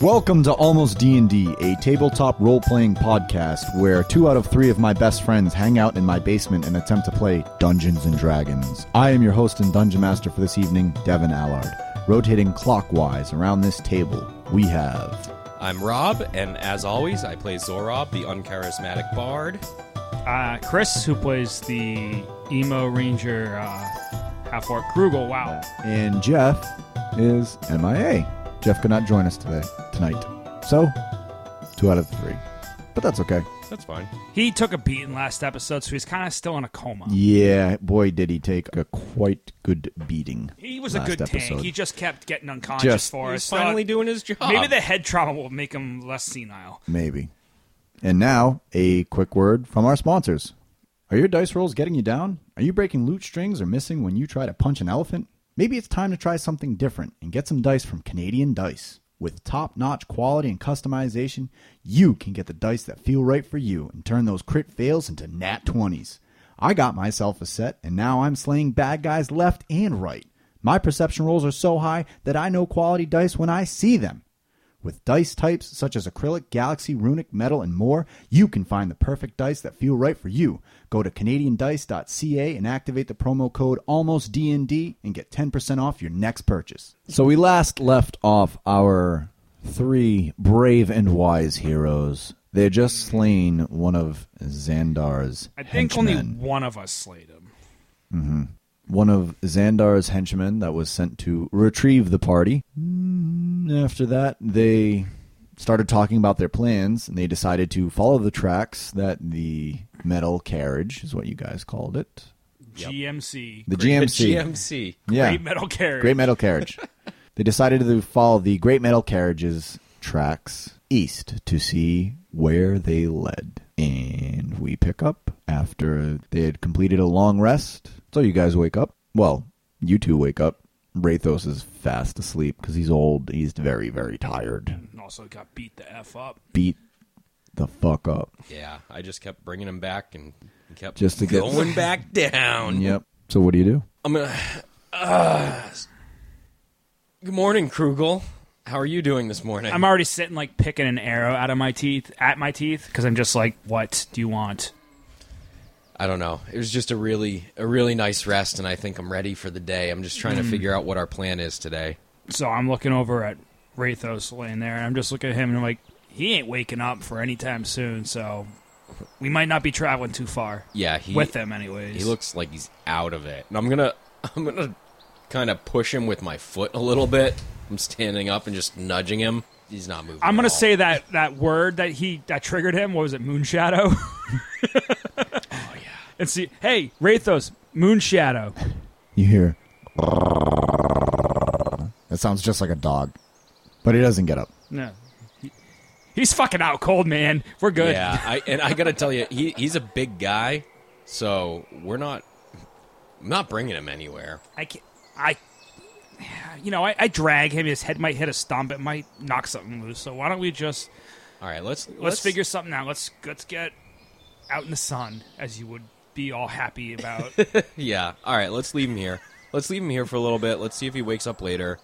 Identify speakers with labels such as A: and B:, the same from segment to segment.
A: Welcome to Almost D&D, a tabletop role-playing podcast where two out of 3 of my best friends hang out in my basement and attempt to play Dungeons and Dragons. I am your host and dungeon master for this evening, Devin Allard. Rotating clockwise around this table, we have
B: I'm Rob, and as always, I play Zorob, the uncharismatic bard.
C: uh, Chris, who plays the emo ranger uh, half orc Krugel. Wow,
A: and Jeff is MIA. Jeff could not join us today tonight. So, 2 out of 3. But that's okay.
B: That's fine.
C: he took a beating last episode, so he's kind of still in a coma.
A: Yeah, boy did he take a quite good beating.
C: He was a
A: last
C: good tank.
A: episode.
C: He just kept getting unconscious
A: Just-
C: for
B: He's
C: us.
B: finally
C: so
B: doing his job.
C: maybe the head trauma will make him less senile.
A: Maybe. And now, a quick word from our sponsors. Are your dice rolls getting you down? Are you breaking loot strings or missing when you try to punch an elephant? Maybe it's time to try something different and get some dice from Canadian Dice. With top notch quality and customization, you can get the dice that feel right for you and turn those crit fails into nat 20s. I got myself a set, and now I'm slaying bad guys left and right. My perception rolls are so high that I know quality dice when I see them. With dice types such as acrylic, galaxy, runic, metal, and more, you can find the perfect dice that feel right for you. Go to canadiandice.ca and activate the promo code ALMOSTDND and get 10% off your next purchase. So we last left off our three brave and wise heroes. They had just slain one of Xandar's
C: I think only
A: henchmen.
C: one of us slayed him.
A: one of Xandar's henchmen that was sent to retrieve the party. Mm, After that, they started talking about their plans and they decided to follow the tracks that the metal carriage is what you guys called it.
C: GMC,
A: The
B: The
A: GMC.
B: GMC.
A: yeah.
C: great metal carrier.
A: Great metal carriage. they decided to follow the great metal carriage's tracks east to see where they led. And we pick up after they had completed a long rest. So you guys wake up. Well, you two wake up. Rathos is fast asleep because he's old. He's very, very tired.
C: and also got beat the f up.
A: Beat the fuck up.
B: Yeah, I just kept bringing him back and he kept
A: Just to get-
B: going back down.
A: Yep. So what do you do?
B: I'm gonna. Uh, good morning, Krugel. How are you doing this morning?
C: I'm already sitting like picking an arrow out of my teeth at my teeth because I'm just like, what do you want?
B: I don't know. It was just a really, a really nice rest, and I think I'm ready for the day. I'm just trying
A: Mm.
B: to figure out what our plan is today.
C: So I'm looking over at Rathos laying there, and I'm just looking at him, and I'm like, he ain't waking up for any time soon, so we might not be traveling too far.
B: Yeah, he
C: with them, anyways.
B: He looks like he's out of it. And I'm gonna I'm gonna kinda push him with my foot a little bit. I'm standing up and just nudging him. He's not moving. at
C: I'm gonna
B: all.
C: say that that word that he that triggered him. What was it? Moonshadow. oh yeah. And see, hey, Rathos, Moonshadow.
A: You hear. That sounds just like a dog. But he doesn't get up.
C: No. He- He's fucking out cold, man. We're good.
B: Yeah, I and I gotta tell you, he he's a big guy, so we're not I'm not bringing him anywhere.
C: I can't, I, you know, I, I drag him. His head might hit a stump. It might knock something loose. So why don't we just
B: All right, let's let's,
C: let's, figure something out. Let's let's get out in the sun, as you would be all happy about.
B: Yeah. All right, let's leave him here. Let's leave him here for a little bit. Let's see if he wakes up later.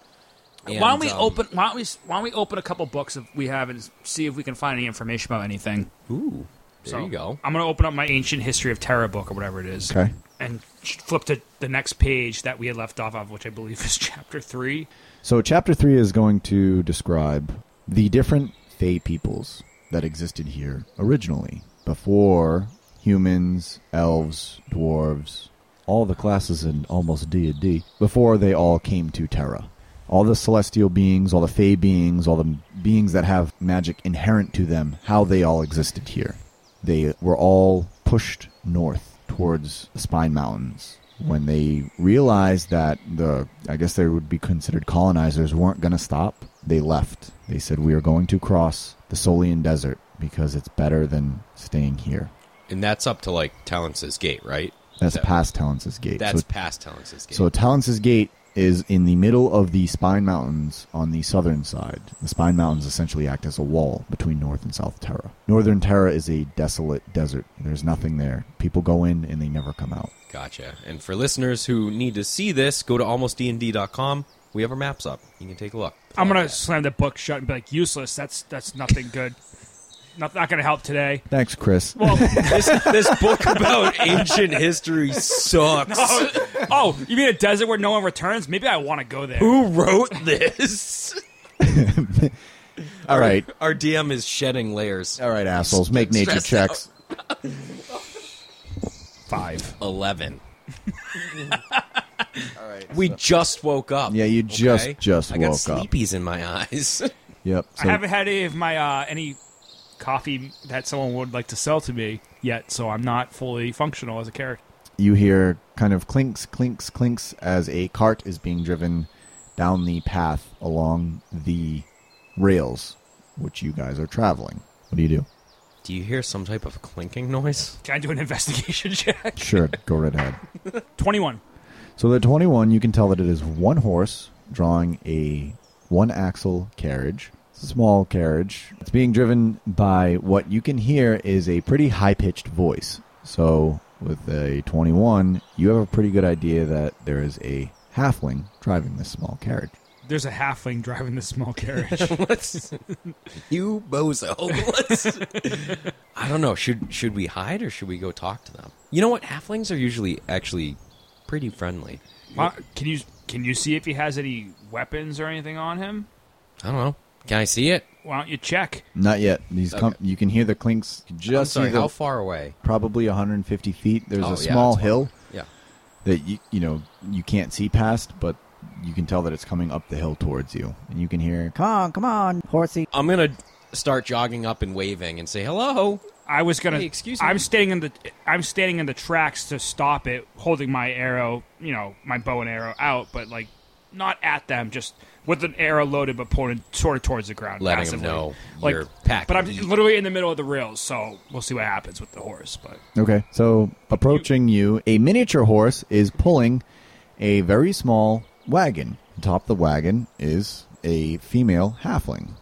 B: And,
C: why don't we
B: um,
C: open? Why don't we? Why don't we open a couple books if we have and see if we can find any information about anything?
B: Ooh, there
C: So,
B: you go.
C: I'm gonna open up my ancient history of Terra book or whatever it is,
A: Okay.
C: and flip to the next page that we had left off of, which I believe is chapter three.
A: So, chapter three is going to describe the different Fey peoples that existed here originally, before humans, elves, dwarves, all the classes in almost D and D, before they all came to Terra. All the celestial beings, all the Fey beings, all the beings that have magic inherent to them, how they all existed here. They were all pushed north towards the Spine Mountains when they realized that the I guess they would be considered colonizers weren't going to stop, they left. They said we are going to cross the Solian Desert because it's better than staying here.
B: And that's up to like Talence's gate, right?
A: That's
B: That-
A: past Talence's Gate.
B: That's
A: so,
B: past Talence's gate.
A: so Talence's Gate is in the middle of the Spine Mountains on the southern side. The Spine Mountains essentially act as a wall between North and South Terra. Northern Terra is a desolate desert. There's nothing there. People go in and they never come out.
B: Gotcha. And for listeners who need to see this, go to almostdnd.com We have our maps up. You can take a look.
C: I'm gonna slam the book shut and be like, "Useless. That's that's nothing good. not not gonna help today."
A: Thanks, Chris.
C: Well,
B: this, this book about ancient history sucks.
C: oh, you mean a desert where no one returns? Maybe I want to go there.
B: Who wrote this?
A: all right,
B: Our DM is shedding layers.
A: all right, assholes, make nature
B: Stressed
A: checks.
C: Five.
B: Eleven.
A: All right,
B: We just woke up.
A: Yeah, you just- just
B: I got
A: woke up.
B: sleepies in my eyes.
A: yep.
C: I
A: so-
C: haven't had any of my uh, any coffee that someone would like to sell to me yet, so I'm not fully functional as a character.
A: you hear kind of clinks, clinks, clinks as a cart is being driven down the path along the rails, which you guys are traveling. What do you do?
B: Do you hear some type of clinking noise?
C: Can I do an investigation check?
A: Sure, go right ahead.
C: Twenty-one.
A: So the 21, you can tell that it is one horse drawing a one axle carriage. It's a small carriage. It's being driven by what you can hear is a pretty high pitched voice. So with a 21, you have a pretty good idea that there is a halfling driving this small carriage.
C: There's a halfling driving this small carriage.
B: Let's you bozo. Let's- I don't know. Should should we hide or should we go talk to them? You know what? Halflings are usually actually pretty friendly.
C: Ma- can you can you see if he has any weapons or anything on him?
B: I don't know. Can I see it?
C: Why don't you check?
A: Not yet. These com- you can hear the clinks
B: I'm
A: just
B: sorry.
A: see the-
B: How far away?
A: probably 150 feet. There's
B: Oh, yeah,
A: a small
B: that's fine.
A: hill
B: Yeah.
A: that you you know you can't see past, but you can tell that it's coming up the hill towards you, and you can hear
D: Come on, come on, horsey.
B: I'm gonna start jogging up and waving and say hello.
C: I was gonna.
B: Hey, excuse me.
C: I'm standing in the. I'm standing in the tracks to stop it, holding my arrow. You know, my bow and arrow out, but like, not at them. Just with an arrow loaded, but pointed sort of towards the ground.
B: Letting 'em
C: passively.
B: know
C: like,
B: you're packed
C: But I'm
B: deep.
C: literally in the middle of the rails, so we'll see what happens with the horse. But
A: Okay. So approaching you, a miniature horse is pulling a very small wagon. Atop the wagon is a female halfling,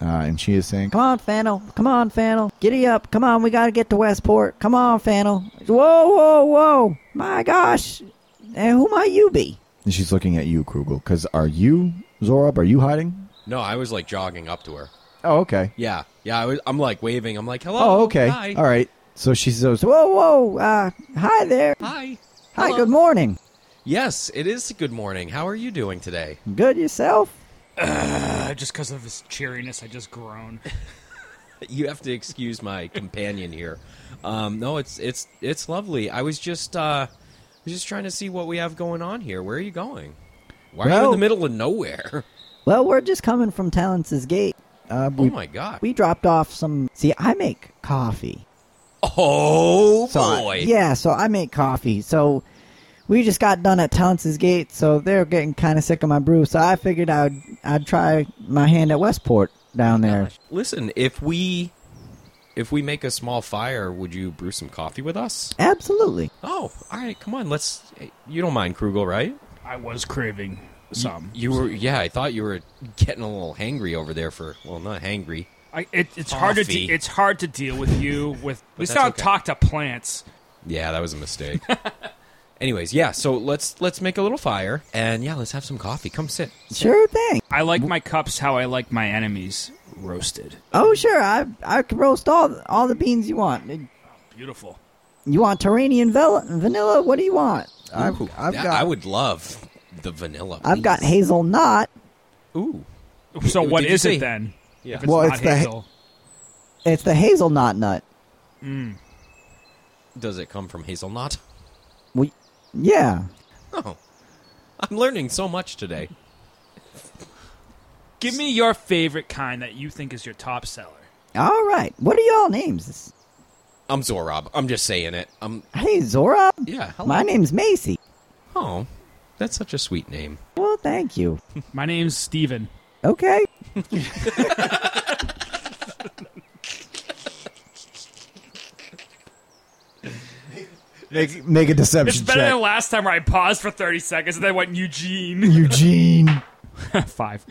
A: uh, and she is saying,
D: Come on, Fennel. Come on, Fennel. Giddy up. Come on, we gotta get to Westport. Come on, Fennel. Whoa, whoa, whoa. My gosh. And who might you be?
A: and she's looking at you, Krugel, because are you Zorab? Are you hiding?
B: No, I was like jogging up to her.
A: Oh, okay.
B: Yeah, yeah. I was, I'm like waving. I'm like hello.
A: Oh, okay.
B: Hi.
A: All right. So she says,
D: Whoa, whoa. Uh, hi there.
B: Hi.
D: Hi,
B: Hello.
D: good morning.
B: Yes, it is good morning. How are you doing today?
D: Good yourself?
C: uh, just because of his cheeriness, I just groan.
B: You have to excuse my companion here. Um, no, it's it's it's lovely. I was just uh, I was just trying to see what we have going on here. Where are you going? Why are you in
D: Well-
B: the middle of nowhere?
D: Well, we're just coming from Talence's Gate.
A: uh,
B: Oh
A: we,
B: my god!
D: We dropped off some. See, I make coffee.
B: Oh
D: So I-
B: boy!
D: yeah, so I make coffee. So we just got done at Talence's Gate, so they're getting kind of sick of my brew. So I figured I'd I'd try my hand at Westport down there.
B: Listen, if we if we make a small fire, would you brew some coffee with us?
D: Absolutely.
B: Oh, all right. Come on. Let's. You don't mind Krugel, right?
C: I was craving some.
B: You were, yeah. I thought you were getting a little hangry over there for, well, not hangry.
C: I, it, it's hard to
B: Coffee.
C: de- it's hard to deal with you with. At least
B: that's
C: I don't
B: okay.
C: talk to plants.
B: Yeah, that was a mistake. Anyways, yeah. So let's let's make a little fire and yeah, let's have some coffee. Come sit.
D: Sure thing.
C: I like my cups how I like my enemies roasted.
D: Oh, sure. I I can roast all all the beans you want.
C: Beautiful.
D: You want Terranian vel- vanilla? What do you want?
A: I've,
B: Ooh,
A: I've
B: that-
A: got.
B: I would love the vanilla.
D: I've got
B: please.
D: hazelnut.
B: Ooh.
C: So
B: Did
C: what
B: you
C: is
B: say-
C: it then?
B: Yeah.
C: If it's
A: Well,
C: not
A: it's the-
C: hazel.
D: It's the hazelnut nut.
B: Does it come from hazelnut?
D: We, yeah.
B: Oh, I'm learning so much today.
C: Give me your favorite kind that you think is your top seller.
D: All right. What are y'all names?
B: I'm Zorab. I'm just saying it. I'm
D: Hey, Zora.
B: yeah. Hello.
D: My name's Macy.
B: Oh, that's such a sweet name.
D: Well, thank you.
C: My name's Steven.
D: Okay.
A: make, make a deception
C: It's better
A: check.
C: than last time where I paused for 30 seconds and then went Eugene.
A: Eugene.
C: Five.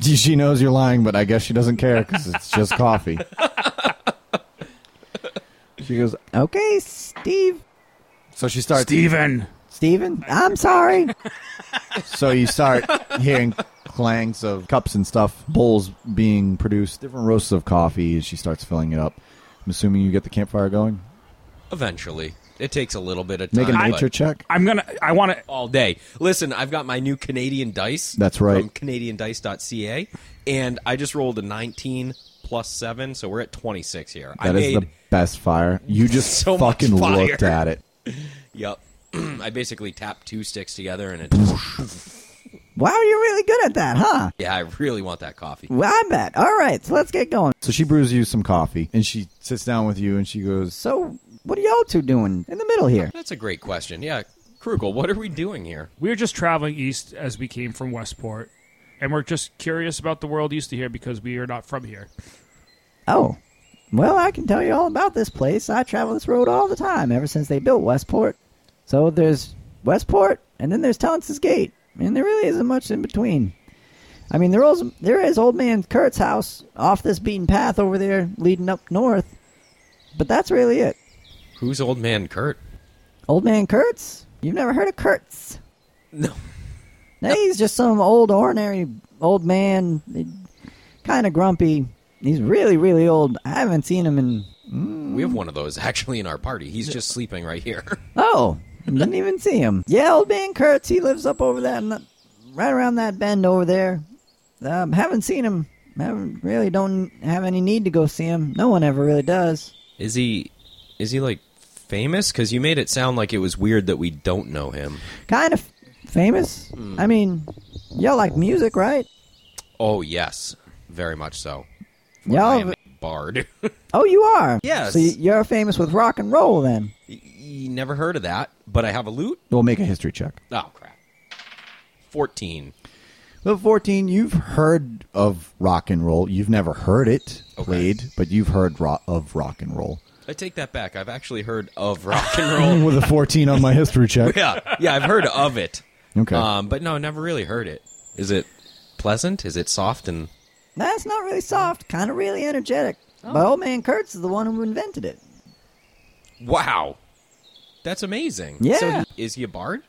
A: She knows you're lying, but I guess she doesn't care because it's just coffee. She goes.
D: Okay, Steve.
A: So she starts.
C: Steven.
D: Steven, I'm sorry.
A: So you start hearing clangs of cups and stuff, bowls being produced, different roasts of coffee as she starts filling it up. I'm assuming you get the campfire going.
B: Eventually, it takes a little bit of time.
A: Make an
B: but-
A: nature check.
C: I'm gonna. I want to.
B: all day. Listen, I've got my new Canadian dice.
A: That's right.
B: From CanadianDice.ca, and I just rolled a 19 plus seven, so we're at 26 here. I
A: That is
B: made.
A: the best fire. You just
B: So much
A: fucking
B: fire.
A: looked at it.
B: Yep. I basically tapped two sticks together, and it.
D: wow, you're really good at that, huh?
B: yeah, I really want that coffee.
D: Well, I bet. All right, so let's get going.
A: So she brews you some coffee and she sits down with you and she goes,
D: So, what are y'all two doing in the middle here?
B: That's a great question. Yeah, Krugel, what are we doing here?
C: We were just traveling east as we came from Westport, and we're just curious about the world east of here because we are not from here.
D: Oh, well, I can tell you all about this place. I travel this road all the time ever since they built Westport. So there's Westport, and then there's Talents' Gate, and there really isn't much in between. I mean, there is, there is old man Kurt's house off this beaten path over there leading up north, but that's really it.
B: Who's old man Kurt?
D: Old man Kurtz? You've never heard of Kurtz?
B: No.
D: Now he's just some old, ordinary old man, kind of grumpy. He's really, really old. I haven't seen him in. mm,
B: We have one of those actually in our party. He's just sleeping right here.
D: Oh, didn't even see him. Yeah, old man Kurtz. He lives up over that, right around that bend over there. Um, haven't seen him. Haven't really don't have any need to go see him. No one ever really does.
B: Is he is he like famous cuz you made it sound like it was weird that we don't know him.
D: Kind of famous.
B: Hmm.
D: I mean, y'all like music, right?
B: Oh, yes. Very much so. I am
D: Y'all.
B: a bard.
D: Oh, you are.
B: Yes.
D: So y- you're famous with rock and roll then.
B: you never heard of that, but I have a loot.
A: We'll make a history check.
B: Oh crap. 14.
A: Level 14, you've heard of rock and roll. You've never heard it
B: Okay.
A: played, but you've heard ro- of rock and roll.
B: I take that back. I've actually heard of rock and roll.
A: With a 14 on my history check.
B: yeah. Yeah, I've heard of it.
A: Okay.
B: Um, but no, never really heard it. Is it pleasant? Is it soft and
D: That's not really
B: Mm.
D: soft, kind of really energetic.
B: Oh.
D: But old man Kurtz is the one who invented it.
B: wow. That's amazing.
D: Yeah.
B: So he- is he a bard?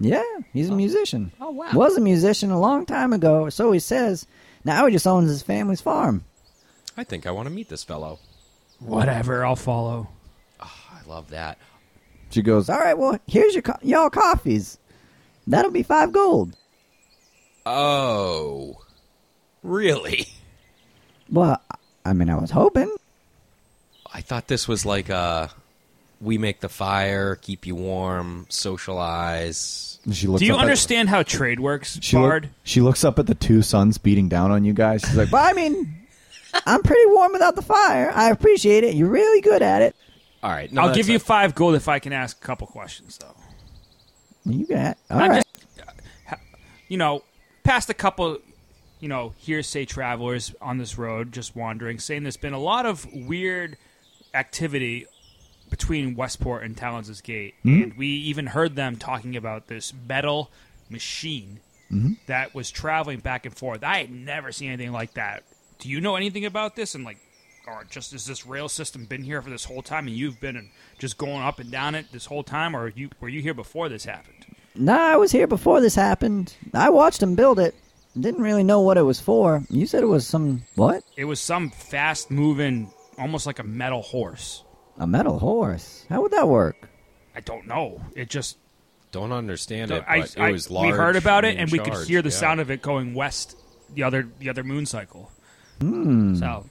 D: Yeah, he's a musician.
B: Oh, wow.
D: Was a musician a long time ago, or so he says. Now he just owns his family's farm.
B: I think I want to meet this fellow.
C: Whatever, I'll follow.
B: I love that.
A: She goes,
D: All right, well, here's your co- y'all coffees. That'll be five gold.
B: Oh. Really?
D: Well, I mean, I was hoping.
B: I thought this was like uh we make the fire, keep you warm, socialize.
A: she looks
C: Do you
A: up at-
C: understand how trade works,
A: she, look-
C: Bard?
A: she looks up at the two suns beating down on you guys. She's like,
D: Well, I mean, I'm pretty warm without the fire. I appreciate it. You're really good at it.
B: All right, no,
C: I'll
B: that's
C: give you
B: not-
C: five gold if I can ask a couple questions, though.
D: You got it. All
C: I'm
D: right.
C: You know, past a couple, you know, hearsay travelers on this road just wandering, saying there's been a lot of weird activity between Westport and Talons' Gate. And we even heard them talking about this metal machine that was traveling back and forth. I had never seen anything like that. Do you know anything about this? And like, or just has this rail system been here for this whole time, and you've been just going up and down it this whole time, or you were you here before this happened?
D: No, I was here before this happened. I watched him build it. Didn't really know what it was for. You said it was some what?
C: It was some fast moving, almost like a metal horse.
D: A metal horse. How would that work?
C: I don't know. It just
B: Don't understand it,
C: I,
B: but
C: I-
B: it was large.
C: we heard about it,
B: in
C: and we could
B: charge,
C: hear the
B: yeah.
C: sound of it going west the other the other moon cycle. So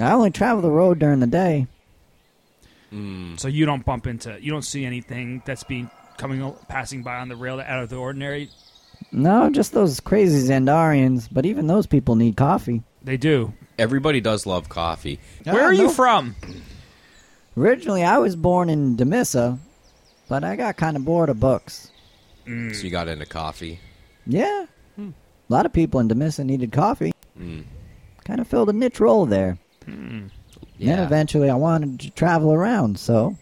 D: I only travel the road during the day.
B: Hmm.
C: so you don't bump into you don't see anything that's being coming o- passing by on the rail out of the ordinary.
D: No, just those crazy Zandarians. But even those people need coffee.
C: They do.
B: Everybody does love coffee.
C: Where
A: Ah,
C: are
A: no.
C: you from?
D: Originally, I was born in Demissa, but I got kind of bored of books.
C: Hmm.
B: So you got into coffee.
D: Yeah, a lot of people in Demissa needed coffee. Kind of filled a niche role there. Then
B: Yeah.
D: eventually, I wanted to travel around, so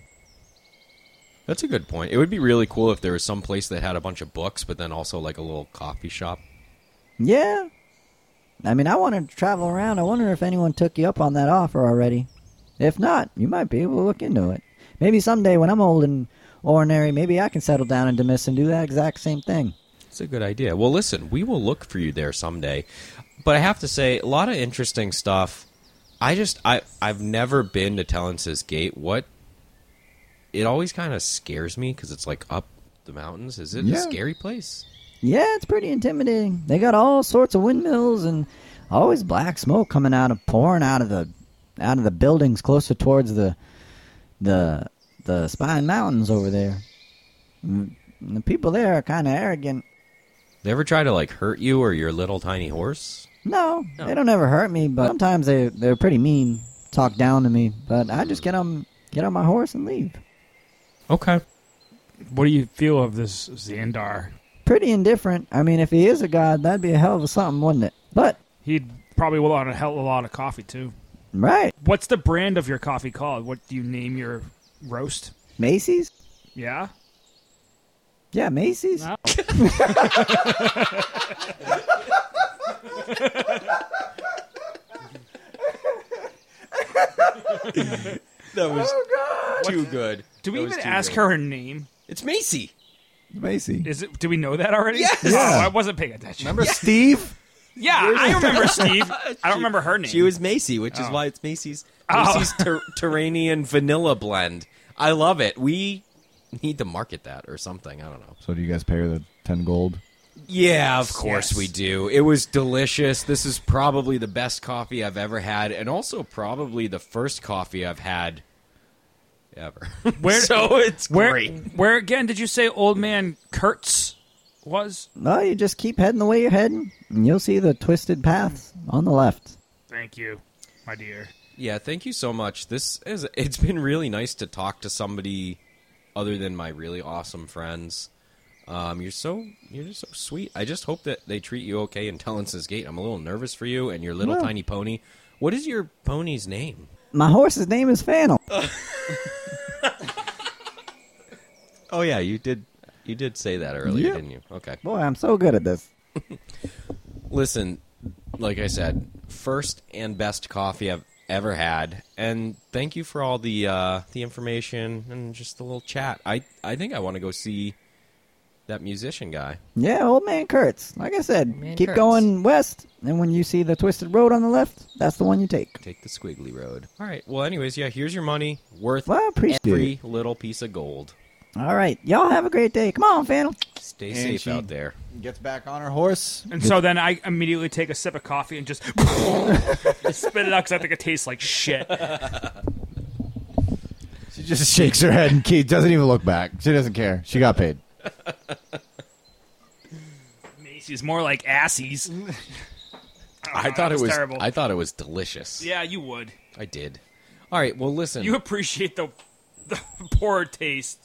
B: That's a good point. It would be really cool if there was some place that had a bunch of books, but then also like a little coffee shop.
D: yeah. I mean, I wanted to travel around. I wonder if anyone took you up on that offer already. If not, you might be able to look into it. Maybe someday when I'm old and ordinary, maybe I can settle down in Demis and do that exact same thing.
B: It's a good idea. Well, listen, we will look for you there someday. But I have to say, a lot of interesting stuff. I just I I've never been to Tellence's Gate. What? It always kind of scares me because it's like up the mountains. Is it a
A: Yeah.
B: scary place?
D: Yeah, it's pretty intimidating. They got all sorts of windmills and always black smoke coming out of pouring out of the out of the buildings closer towards the the the Spine Mountains over there. And the people there are kind of arrogant.
B: They ever try to like hurt you or your little tiny horse?
D: No,
B: No.
D: they don't ever hurt me, but sometimes they they're pretty mean, talk down to me. But I just get on get on my horse and leave.
B: Okay.
C: What do you feel of this Xandar?
D: Pretty indifferent. I mean, if he is a god, that'd be a hell of a something, wouldn't it? But
C: He'd probably want a hell of a lot of coffee too.
D: right,
C: What's the brand of your coffee called? What do you name your roast?
D: Macy's.
C: Yeah.
D: Yeah, Macy's.
C: No.
B: That was too good.
C: Do we
B: That was
C: even
B: too
C: ask
B: good.
C: her her name?
B: It's Macy.
A: Macy.
C: Is it? Do we know that already?
B: Yes!
C: Oh,
A: Yeah.
C: I wasn't paying attention.
A: Remember Steve?
C: Yeah, I remember Steve. I
B: Uh, She-
C: don't remember her name.
B: She was Macy, which is
C: Oh.
B: why it's Macy's
C: Oh.
B: Macy's ter- Terranean Vanilla Blend. I love it. We need to market that or something. I don't know.
A: So do you guys pay her the ten gold?
B: Yeah, of course
C: Yes.
B: we do. It was delicious. This is probably the best coffee I've ever had, and also probably the first coffee I've had ever.
C: Where-
B: so it's
C: where?
B: great.
C: Where again? Did you say old man Kurtz was?
D: Well, you just keep heading the way you're heading, and you'll see the twisted paths on the left.
C: Thank you, my dear.
B: Yeah, thank you so much. This is it's been really nice to talk to somebody other than my really awesome friends. Um, you're so you're just so sweet. I just hope that they treat you okay in Tellence's Gate. I'm a little nervous for you and your little
D: Yeah.
B: tiny pony. What is your pony's name?
D: My horse's name is Fannel.
B: Oh yeah, you did you did say that earlier,
A: Yeah.
B: didn't you? Okay.
D: Boy, I'm so good at this.
B: Listen, like I said, first and best coffee I've ever had, and thank you for all the uh, the information and just the little chat. I I think I want to go see that musician guy.
D: Yeah, old man Kurtz. Like I said,
B: man
D: keep
B: Kurtz.
D: going west, and when you see the twisted road on the left, that's the one you take.
B: Take the squiggly road. All right. Well, anyways, yeah. Here's your money, worth
D: Well, I appreciate
B: every little piece of gold.
D: All right, y'all have a great day. Come on, Fannel.
B: Stay
A: And
B: safe
A: she-
B: out there.
A: Gets back on her horse.
C: And so then I immediately take a sip of coffee and just spit it out because I think it tastes like shit.
A: She just shakes her head and Keith doesn't even look back. She doesn't care. She got paid.
C: Macy's more like asses.
B: I thought
C: Oh, that
B: it
C: was
B: was.
C: terrible.
B: I thought it was delicious.
C: yeah, you would.
B: I did. All right. Well, listen.
C: You appreciate the the poor taste.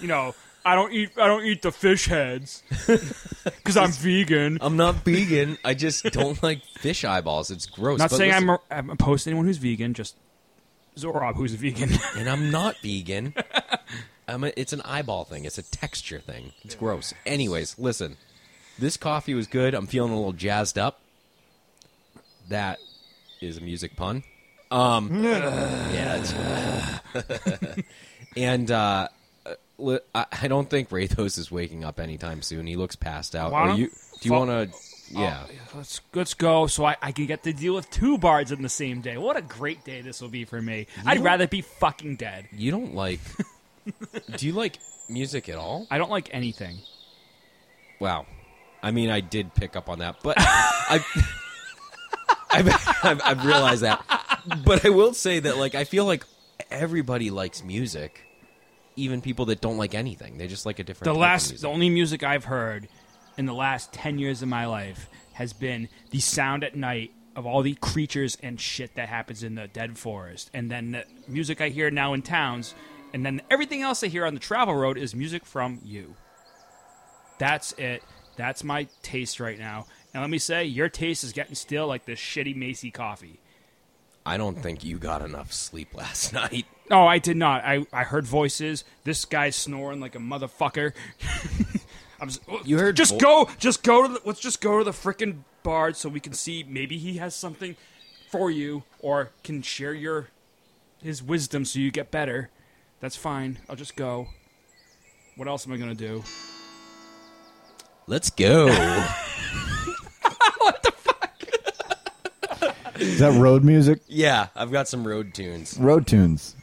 C: You know, I don't eat. I don't eat the fish heads because I'm vegan.
B: I'm not vegan. I just don't like fish eyeballs. It's gross.
C: Not
B: But
C: saying
B: listen-
C: I'm, I'm opposed to anyone who's vegan. Just Zorob, who's vegan.
B: and I'm not vegan. I'm a, it's an eyeball thing. It's a texture thing. It's gross. Anyways, listen. This coffee was good. I'm feeling a little jazzed up. That is a music pun. Um, yeah. it's- and uh, li- I I don't think Rathos is waking up anytime soon. He looks passed out.
C: Why
B: Are
C: don't-
B: you? Do you
C: fo-
B: want to? Yeah.
C: let's let's go. So I, I can get to deal with two bards in the same day. What a great day this will be for me. I'd rather be fucking dead.
B: You don't like? do you like music at all?
C: I don't like anything.
B: Wow. I mean, I did pick up on that, but I, I've, I've, I've realized that. But I will say that, like, I feel like everybody likes music, even people that don't like anything. They just like a different.
C: The
B: type of
C: last,
B: music.
C: the only music I've heard in the last ten years of my life has been the sound at night of all the creatures and shit that happens in the dead forest, and then the music I hear now in towns, and then everything else I hear on the travel road is music from you. That's it. That's my taste right now. And let me say, your taste is getting still like this shitty Macy coffee.
B: I don't think you got enough sleep last night.
C: No, Oh, I did not. I, I heard voices. This guy's snoring like a motherfucker. I'm just,
B: You heard
C: Just
B: vo-
C: go. Just go to. The, let's just go to the frickin' bard so we can see. Maybe he has something for you, or can share your his wisdom so you get better. That's fine. I'll just go. What else am I going to do?
B: Let's go.
A: Is that road music?
B: yeah, I've got some road tunes.
A: Road tunes.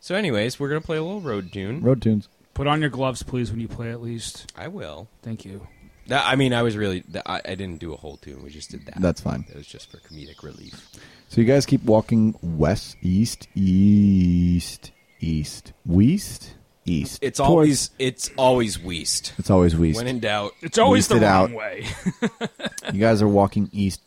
B: So, anyways, we're gonna play a little road tune.
A: Road tunes.
C: Put on your gloves, please, when you play at least.
B: I will.
C: Thank you.
B: That, I mean, I was really. that- I, I didn't do a whole tune. We just did that.
A: That's fine.
B: It was just for comedic relief.
A: So you guys keep walking west, east, east, east, west, east.
B: It's
A: Towards-
B: always it's always weast.
A: it's always west.
B: When in doubt,
C: It's always
A: Least
C: the
A: it
C: wrong
A: out.
C: way.
A: You guys are walking east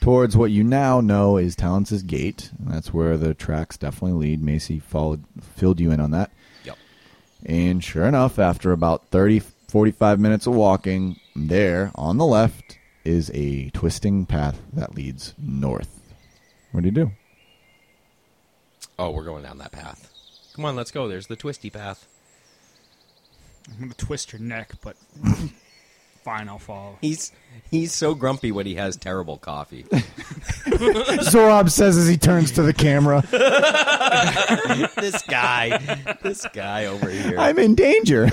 A: towards what you now know is Talence's Gate. That's where the tracks definitely lead. Macy followed, filled you in on that.
B: yep.
A: And sure enough, after about 30, 45 minutes of walking, there on the left is a twisting path that leads north. What do you do?
B: Oh, we're going down that path. Come on, let's go. There's the twisty path.
C: I'm going to twist your neck, but fine, I'll follow.
B: He's he's so grumpy when he has terrible coffee.
A: Zorob says as he turns to the camera,
B: this guy, this guy over here.
A: I'm in danger.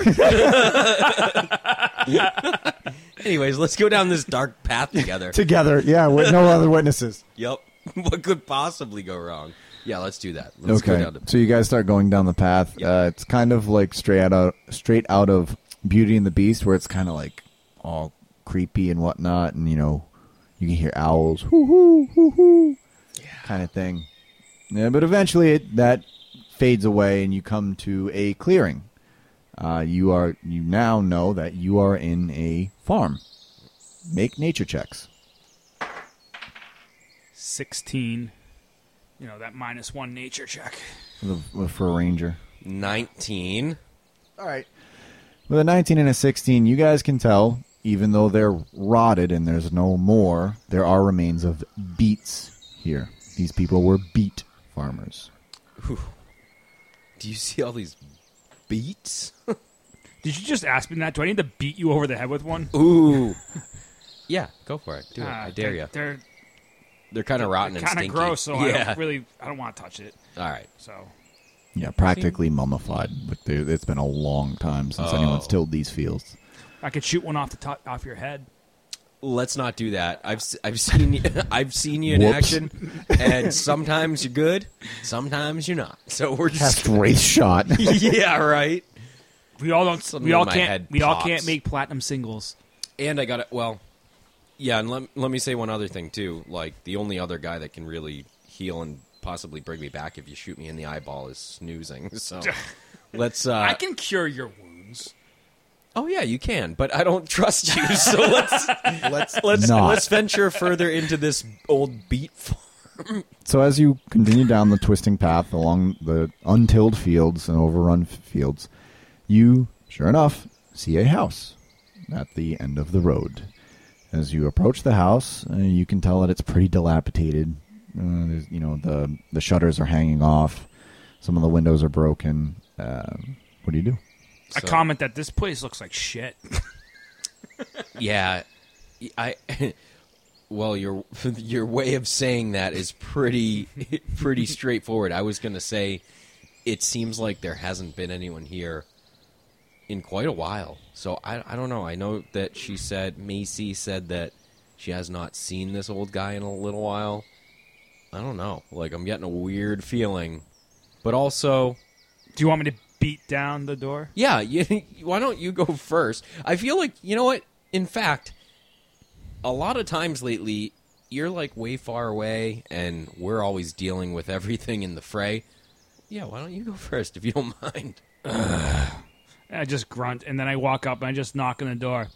B: Anyways, let's go down this dark path together.
A: Together, yeah, with no other witnesses.
B: yep. What could possibly go wrong? Yeah, let's do that. Let's go
A: Okay,
B: down to
A: so you guys start going down the path. Uh, it's kind of like straight out of, straight out of Beauty and the Beast, where it's kind of like all creepy and whatnot, and you know, you can hear owls, hoo hoo hoo hoo, kind of thing. Yeah, but eventually it, that fades away, and you come to a clearing. Uh, you are you now know that you are in a farm. Make nature checks.
C: 16. You know, that minus one nature check.
A: for, for a ranger.
B: nineteen.
A: All right. With a 19 and a 16, you guys can tell, even though they're rotted and there's no more, there are remains of beets here. These people were beet farmers.
B: Do you see all these beats?
C: Did you just ask me that? Do I need to beat you over the head with one?
B: Ooh. yeah, go for it. Do it.
C: Ah,
B: I dare
C: they're-
B: you.
C: They're,
B: They're kind of rotten and
C: kind of
B: stinky.
C: gross, so I
B: yeah.
C: don't really, I don't want to touch it.
B: All right.
C: So
A: Yeah, practically mummified. But they- it's been a long time since anyone's
B: Oh.
A: tilled these fields.
C: I could shoot one off the top, off your head.
B: Let's not do that. I've s- I've seen you, I've seen you in
A: Whoops.
B: action, and sometimes you're good, sometimes you're not. So we're just
A: Straight shot.
B: yeah, right.
C: We all don't.
B: Suddenly
C: we all
B: my head
C: can't. We all
B: pops.
C: can't make platinum singles.
B: And I got it. Well, yeah, and let let me say one other thing too. Like the only other guy that can really heal and possibly bring me back if you shoot me in the eyeball is snoozing. So let's. Uh,
C: I can cure your wounds.
B: Oh yeah, you can, but I don't trust you. So let's let's let's
A: not.
B: let's venture further into this old beat. farm.
A: So as you continue down the twisting path along the untilled fields and overrun f- fields, you, sure enough, see a house at the end of the road. As you approach the house, uh, you can tell that it's pretty dilapidated. Uh, there's- you know the the shutters are hanging off, some of the windows are broken. Uh, what do you do?
C: I
B: So-
C: comment that this place looks like shit.
B: Yeah, I. Well, your your way of saying that is pretty pretty straightforward. I was gonna say, it seems like there hasn't been anyone here in quite a while. So I I don't know. I know that she said Macy said that she has not seen this old guy in a little while. I don't know. Like I'm getting a weird feeling, but also
C: Do you want me to beat down the door?
B: yeah, you, why don't you go first? I feel like, you know what? In fact, a lot of times lately, you're like way far away and we're always dealing with everything in the fray. Yeah, why don't you go first if you don't mind?
C: And I just grunt, and then I walk up and I just knock on the door.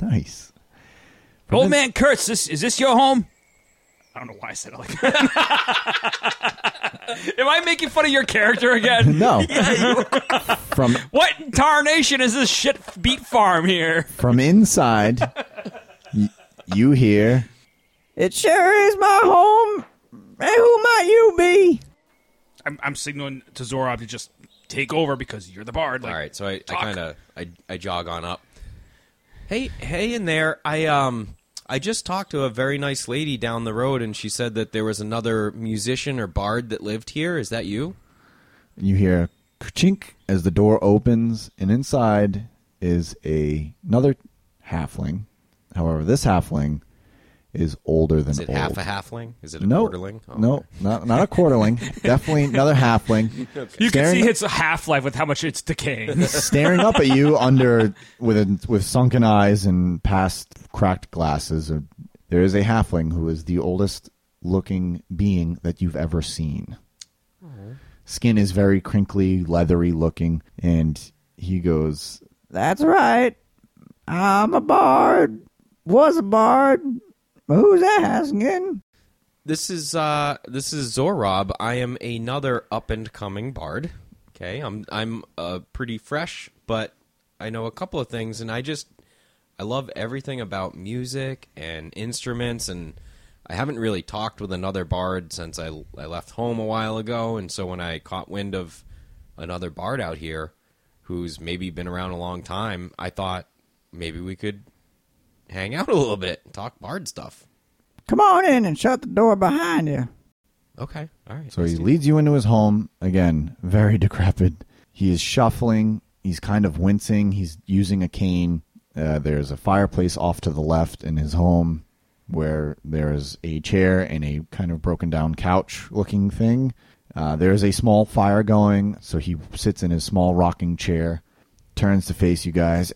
A: Nice.
C: Old man Kurtz, this is this your home? I don't know why I said it like that. Am I making fun of your character again?
A: No. From
C: What tarnation is this shit beat farm here?
A: from inside, y- you hear
D: It sure is my home. And who might you be?
C: I'm, I'm signaling to Zorob to just take over because you're the bard. Like,
B: All right, so I, I
C: talk.
B: kind of I, I jog on up. Hey, hey in there. I um I just talked to a very nice lady down the road and she said that there was another musician or bard that lived here. Is that you?
A: and you hear chink as the door opens, and inside is a, another halfling. However, this halfling is older than
B: Is it
A: old.
B: half a halfling? Is it a
A: no,
B: quarterling? Oh,
A: no,
B: okay.
A: not, not a quarterling. Definitely another halfling.
C: You can
A: Staring-
C: see its half life with how much it's decaying.
A: staring up at you under with a, with sunken eyes and past cracked glasses. Uh, There is a halfling who is the oldest looking being that you've ever seen. Skin is very crinkly, leathery looking, and he goes,
D: That's right. I'm a bard. Was a bard. Who's that asking?
B: This is uh this is Zorob. I am another up and coming bard. Okay, I'm I'm uh, pretty fresh, but I know a couple of things, and I just I love everything about music and instruments, and I haven't really talked with another bard since I I left home a while ago, and so when I caught wind of another bard out here who's maybe been around a long time, I thought maybe we could hang out a little bit, talk bard stuff.
D: Come on in and shut the door behind you.
B: Okay, all right.
A: So
B: let's
A: he
B: do
A: leads you into his home. Again, very decrepit. He is shuffling. He's kind of wincing. He's using a cane. Uh, there's a fireplace off to the left in his home where there is a chair and a kind of broken down couch looking thing. Uh, there is a small fire going, so he sits in his small rocking chair, turns to face you guys.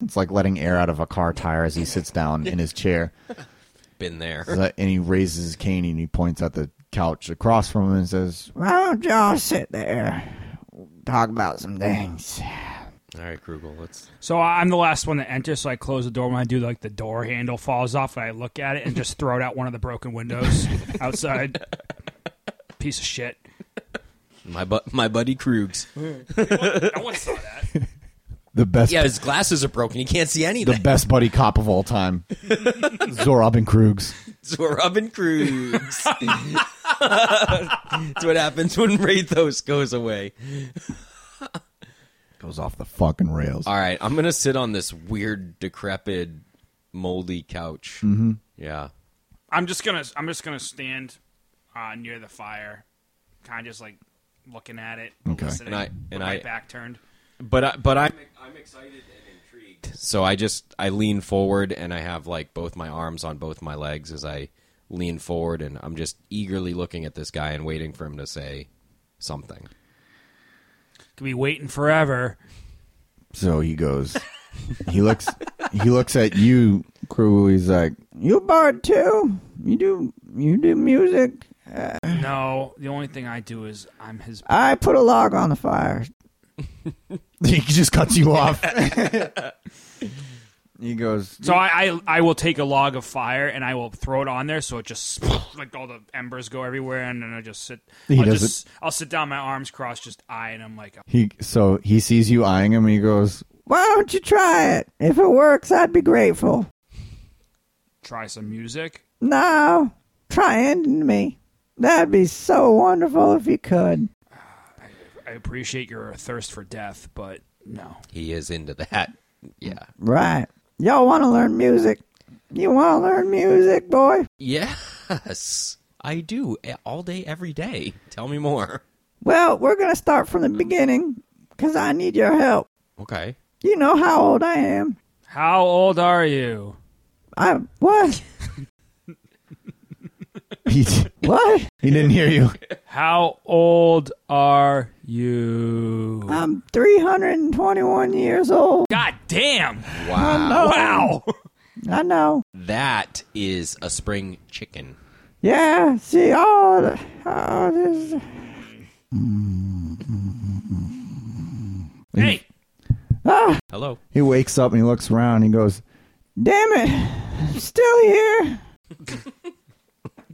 A: It's like letting air out of a car tire as he sits down in his chair.
B: been there.
A: Is that- and he raises his cane and he points at the couch across from him and says,
D: Why don't y'all sit there? We'll talk about some things.
B: All right, Krugel, let's.
C: so I'm the last one to enter, so I close the door. When I do, like the door handle falls off, and I look at it and just throw it out one of the broken windows outside. Piece of shit.
B: My bu- my buddy Krugs.
C: No one saw that.
A: "The best,
B: Yeah, his glasses are broken. He can't see
A: the
B: anything.
A: best buddy cop of all time, Zorob and Krugs."
B: so we're rubbing Krugs. That's what happens when Rathos goes away.
A: Goes off the fucking rails.
B: All right, I'm gonna sit on this weird, decrepit, moldy couch. Yeah,
C: I'm just gonna I'm just gonna stand uh, near the fire, kind of just like looking at it,
A: Okay.
C: listening,
B: And I-
C: with
B: and
C: my
B: I-
C: back turned.
B: but I, but I'm I'm excited and intrigued. So I just I lean forward and I have like both my arms on both my legs as I lean forward and I'm just eagerly looking at this guy and waiting for him to say something.
C: Could be waiting forever.
A: So he goes, he looks, he looks at you, Krug. He's like,
D: You a bard too? You do you do music?
C: No, the only thing I do is I'm his.
D: I put a log on the fire.
A: he just cuts you off. he goes,
C: So I, I I will take a log of fire and I will throw it on there so it just like all the embers go everywhere and then I just sit.
A: He
C: I'll
A: does
C: just I'll sit down, my arms crossed, just eyeing him like
A: he so he sees you eyeing him. and He goes,
D: Why don't you try it? If it works, I'd be grateful.
C: try some music.
D: No, try ending me. That'd be so wonderful if you could.
C: I appreciate your thirst for death, but no.
B: He is into that. Yeah.
D: Right. Y'all want to learn music? You want to learn music, boy?
B: Yes, I do eh, all day, every day. Tell me more.
D: Well, we're going to start from the beginning because I need your help.
B: Okay.
D: You know how old I am.
C: How old are you?
D: I what?
A: he,
D: What?
A: he didn't hear you.
C: How old are you?
D: I'm 321 years old.
C: God damn!
B: Wow.
C: Wow!
D: I know.
B: That is a spring chicken.
D: Yeah, see, all the, all this.
C: hey,
D: Ah,
B: Hello.
A: He wakes up and he looks around. And he goes,
D: damn it. I'm still here.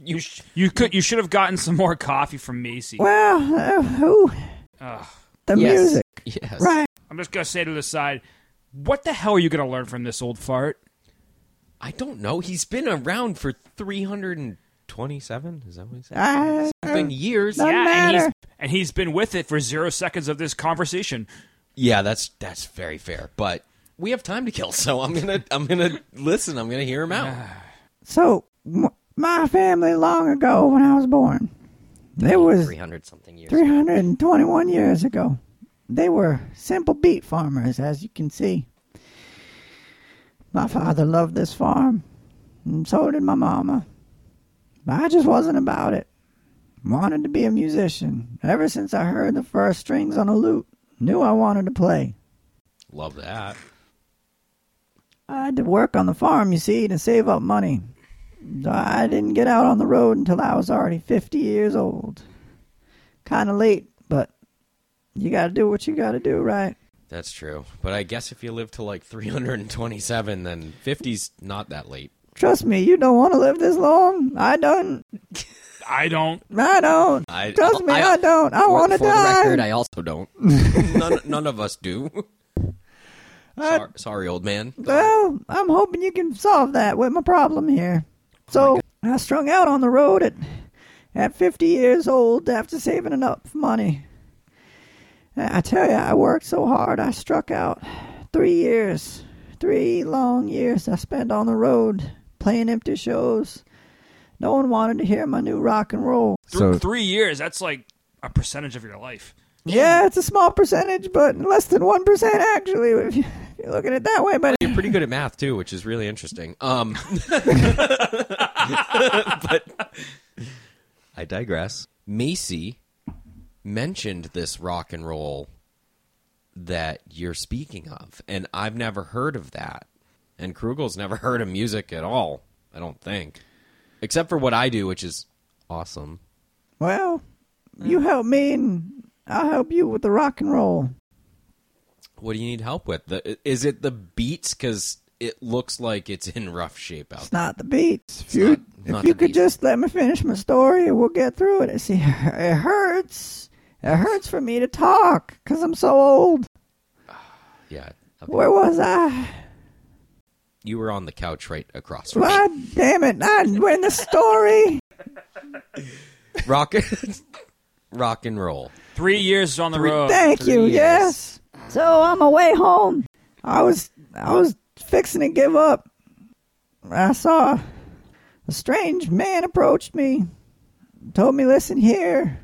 B: You sh-
C: you could you should have gotten some more coffee from Macy.
D: Well, uh, who?
C: Ugh.
D: The
B: Yes.
D: music.
B: yes.
D: Right.
C: I'm just gonna say to the side, what the hell are you gonna learn from this old fart?
B: I don't know. He's been around for 327. Is that what he said?
D: I,
B: Been years.
D: Uh, Doesn't
C: and he's
D: matter.
C: and he's been with it for zero seconds of this conversation.
B: Yeah, that's that's very fair. But we have time to kill, so I'm gonna I'm gonna listen. I'm gonna hear him out.
D: So, m- my family long ago when I was born, They was
E: 300 something years.
D: 321 years ago. They were simple beet farmers, as you can see. My father loved this farm, and so did my mama. But I just wasn't about it. Wanted to be a musician ever since I heard the first strings on a lute. Knew I wanted to play.
B: Love that.
D: I had to work on the farm, you see, to save up money. So I didn't get out on the road until I was already 50 years old. Kind of late, but you gotta do what you gotta do, right?
B: That's true. But I guess if you live to like 327, then 50's not that late.
D: Trust me, you don't want to live this long. I don't.
C: I don't.
D: I don't.
B: I-
D: Trust me, I,
B: I-
D: don't. I
E: For-
D: want to
E: for the record,
D: die.
E: I also
B: So don't. none, none of us do. Sorry, sorry, old man.
D: Well, I'm hoping you can solve that with my problem here. So I strung out on the road at at 50 years old after saving enough money. I I tell you, I worked so hard, I struck out. Three years, three long years I spent on the road playing empty shows. No one wanted to hear my new rock and roll.
C: Th-
A: So-
C: three years. That's like a percentage of your life.
D: Yeah, it's a small percentage, but less than 1% actually, if you- if you're looking at it that way. But
B: You're pretty good at math too, which is really interesting. Um, but I digress. Macy mentioned this rock and roll that you're speaking of, and I've never heard of that. And Krugel's never heard of music at all, I don't think, except for what I do, which is awesome.
D: Well,
B: Mm.
D: you help me, and I'll help you with the rock and roll.
B: What do you need help with? The, is it the beats? Because it looks like it's in rough shape out
D: It's not the beat.
A: If you,
B: there. Not
D: If you
B: the
D: could
B: beats.
D: just let me finish my story, and we'll get through it. See, it hurts. It hurts for me to talk because I'm so old.
B: yeah.
D: Where was I?
B: You were on the couch right across from me.
D: God damn it! I win the story.
B: rock rock and roll
C: Three years on the road.
D: Thank
B: three
D: you.
B: years.
D: Yes. So on my way home, I was I was fixing to give up. I saw a strange man approached me, told me, "Listen here,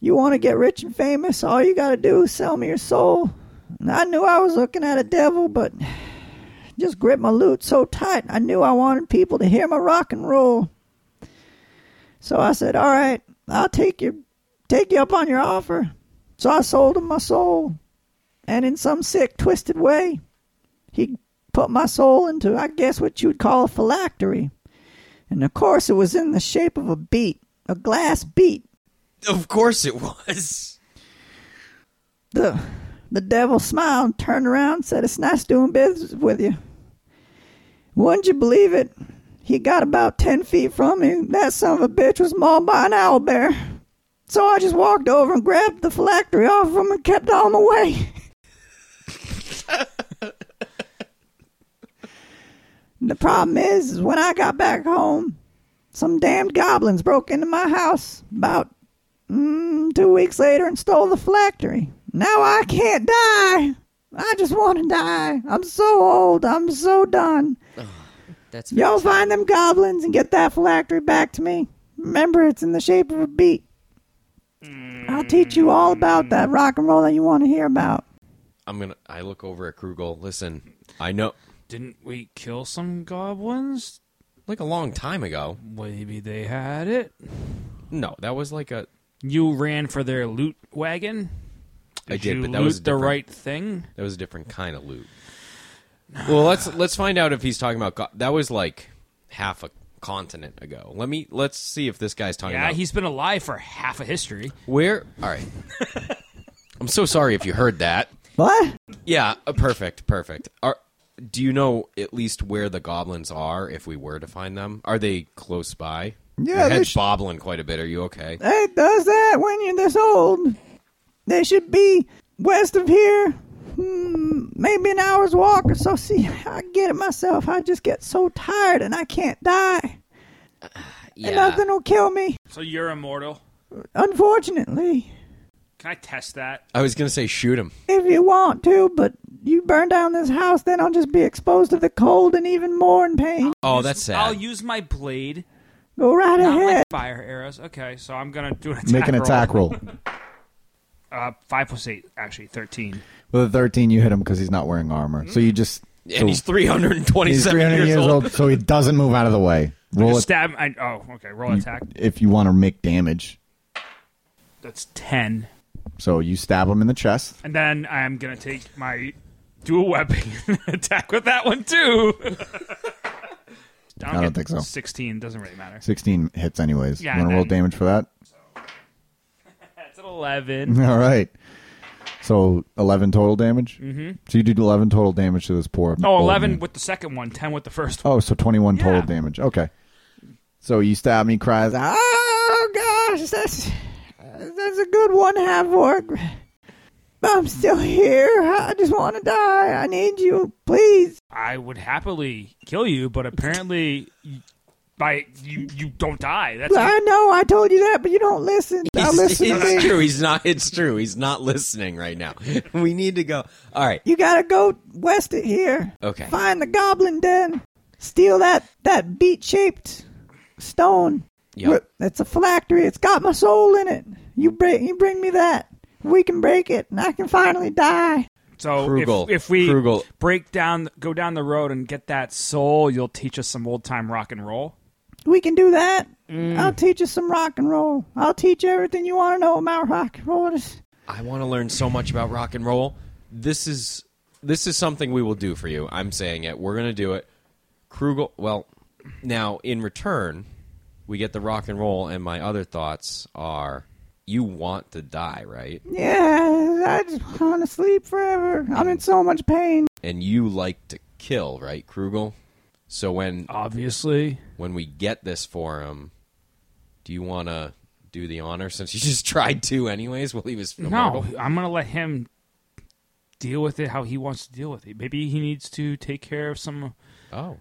D: you want to get rich and famous? All you got to do is sell me your soul." And I knew I was looking at a devil, but just gripped my lute so tight. I knew I wanted people to hear my rock and roll. So I said, "All right, I'll take your take you up on your offer." So I sold him my soul. And in some sick, twisted way, he put my soul into, I guess, what you would call a phylactery. And of course, it was in the shape of a beet, a glass beet.
B: of course it was
D: The, the devil smiled, turned around, said, It's nice doing business with you. Wouldn't you believe it? He got about 10 feet from me. That son of a bitch was mauled by an owl bear. So I just walked over and grabbed the phylactery off of him and kept on my way. And the problem is, is when I got back home, some damned goblins broke into my house about mm, two weeks later and stole the phylactery. Now I can't die. I just want to die. I'm so old. I'm so done.
E: that's
D: Y'all find them goblins and get that phylactery back to me. Remember, it's in the shape of a beat. I'll teach you all about that rock and roll that you want to hear about.
B: i'm gonna i look over at krugel listen i know
C: Didn't we kill some goblins?
B: like a long time ago
C: Maybe they had it.
B: no that was like a
C: You ran for their loot wagon.
B: I
C: Did
B: did,
C: you
B: but that
C: loot
B: was
C: the
B: different.
C: right thing.
B: that was a different kind of loot well let's let's find out if he's talking about go- that was like half a continent ago let me let's see if this guy's talking
C: Yeah,
B: about
C: he's been alive for half of history.
B: where all right i'm so sorry if you heard that
D: What?
B: yeah uh, perfect perfect are do you know at least where the goblins are if we were to find them are they close by
A: Yeah,
B: Your
A: they
B: head's
A: sh-
B: bobbling quite a bit are you okay
D: It does that when you're this old. They should be west of here, hmm, maybe an hour's walk or so. See, I get it myself. I just get so tired and I can't die.
E: yeah.
D: And nothing will kill me,
C: So you're immortal.
D: unfortunately,
C: Can I test that?
B: i was gonna say shoot him
D: if you want to. But you burn down this house, then I'll just be exposed to the cold and even more in pain.
B: oh that's sad
C: I'll use my blade
D: Go right
C: Not like
D: ahead.
C: fire arrows. Okay, so I'm gonna do an attack.
A: Make an
C: roll.
A: attack roll.
C: Uh, five plus eight, actually thirteen.
A: With a 13, you hit him because he's not wearing armor. So you
C: Mm.
A: just.
B: And
A: so
B: he's 327
A: he's 300
B: years, old.
A: so he doesn't move out of the way. Roll it
C: Stab. I, oh, okay. Roll attack.
A: if you want to make damage.
C: That's ten.
A: So you stab him in the chest.
C: And then I'm gonna take my dual weapon and attack with that one too.
A: I don't think so.
C: Sixteen doesn't really matter.
A: 16 hits, anyways.
C: Yeah,
A: you want
C: and
A: to roll
C: then-
A: damage for that?
C: That's an eleven.
A: All right. So 11 total damage? Mm-hmm. So you did 11 total damage to this poor.
C: Oh,
A: old
C: 11
A: man.
C: with the second one, 10 with the first one.
A: Oh, so 21 total
C: Yeah.
A: damage. Okay. So you stab him, he cries out.
D: Oh gosh, that's that's a good one, Havok. I'm still here. I just want to die. I need you, please.
C: I would happily kill you, but apparently y- by you you don't die. That's
D: I know I told you that, but you don't listen. Now
B: It's,
D: listen
B: it's
D: to me.
B: true. He's not. It's true. He's not listening right now. We need to go. All right.
D: You gotta go west of here.
B: Okay.
D: Find the goblin den. Steal that that beat shaped stone.
B: Yep.
D: Look, That's a phylactery. It's got my soul in it. You bring you bring me that. We can break it, and I can finally die.
C: so
B: Krugel.
C: if, if we
B: Krugel.
C: break down go down the road and get that soul, you'll teach us some old time rock and roll.
D: We can do that.
C: Mm.
D: I'll teach you some rock and roll. I'll teach you everything you want to know about rock and roll. It's-
B: I want to learn so much about rock and roll. This is this is something we will do for you. I'm saying it. We're gonna do it. Krugel. Well, now in return, we get the rock and roll. And my other thoughts are, you want to die, right?
D: Yeah, I just want to sleep forever. I'm in so much pain.
B: And you like to kill, right, Krugel? So when
C: Obviously.
B: when we get this for him, do you want to do the honor since you just tried to anyways? Well, he was
C: No, I'm going to let him deal with it how he wants to deal with it. Maybe he needs to take care of some
B: Oh,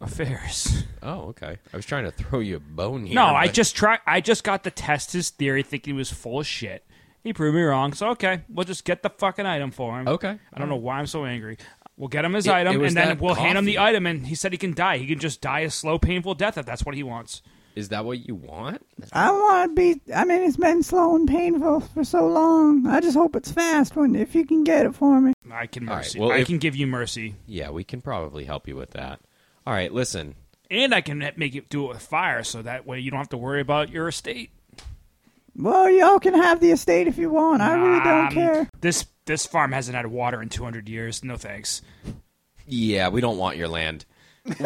C: affairs.
B: oh, okay. I was trying to throw you a bone here.
C: No, I
B: but-
C: just try. I just got to test his theory, thinking he was full of shit. He proved me wrong. So okay, we'll just get the fucking item for him.
B: Okay.
C: I don't know why I'm so angry. We'll get him his
B: It- it
C: item,
B: was
C: and then
B: that
C: we'll hand him the
B: coffee.
C: item. And he said he can die. He can just die a slow, painful death if that's what he wants.
B: Is that what you want?
D: I want to be. I mean, it's been slow and painful for so long. I just hope it's fast when if you can get it for me.
C: I can
B: All right,
C: mercy.
B: well,
C: I
B: if-
C: can give you mercy,
B: Yeah, we can probably help you with that. All right, listen.
C: and I can make it do it with fire, so that way you don't have to worry about your estate.
D: Well, y'all can have the estate if you want. I really don't
C: Um,
D: care.
C: This this farm hasn't had water in 200 years. No thanks.
B: Yeah, we don't want your land.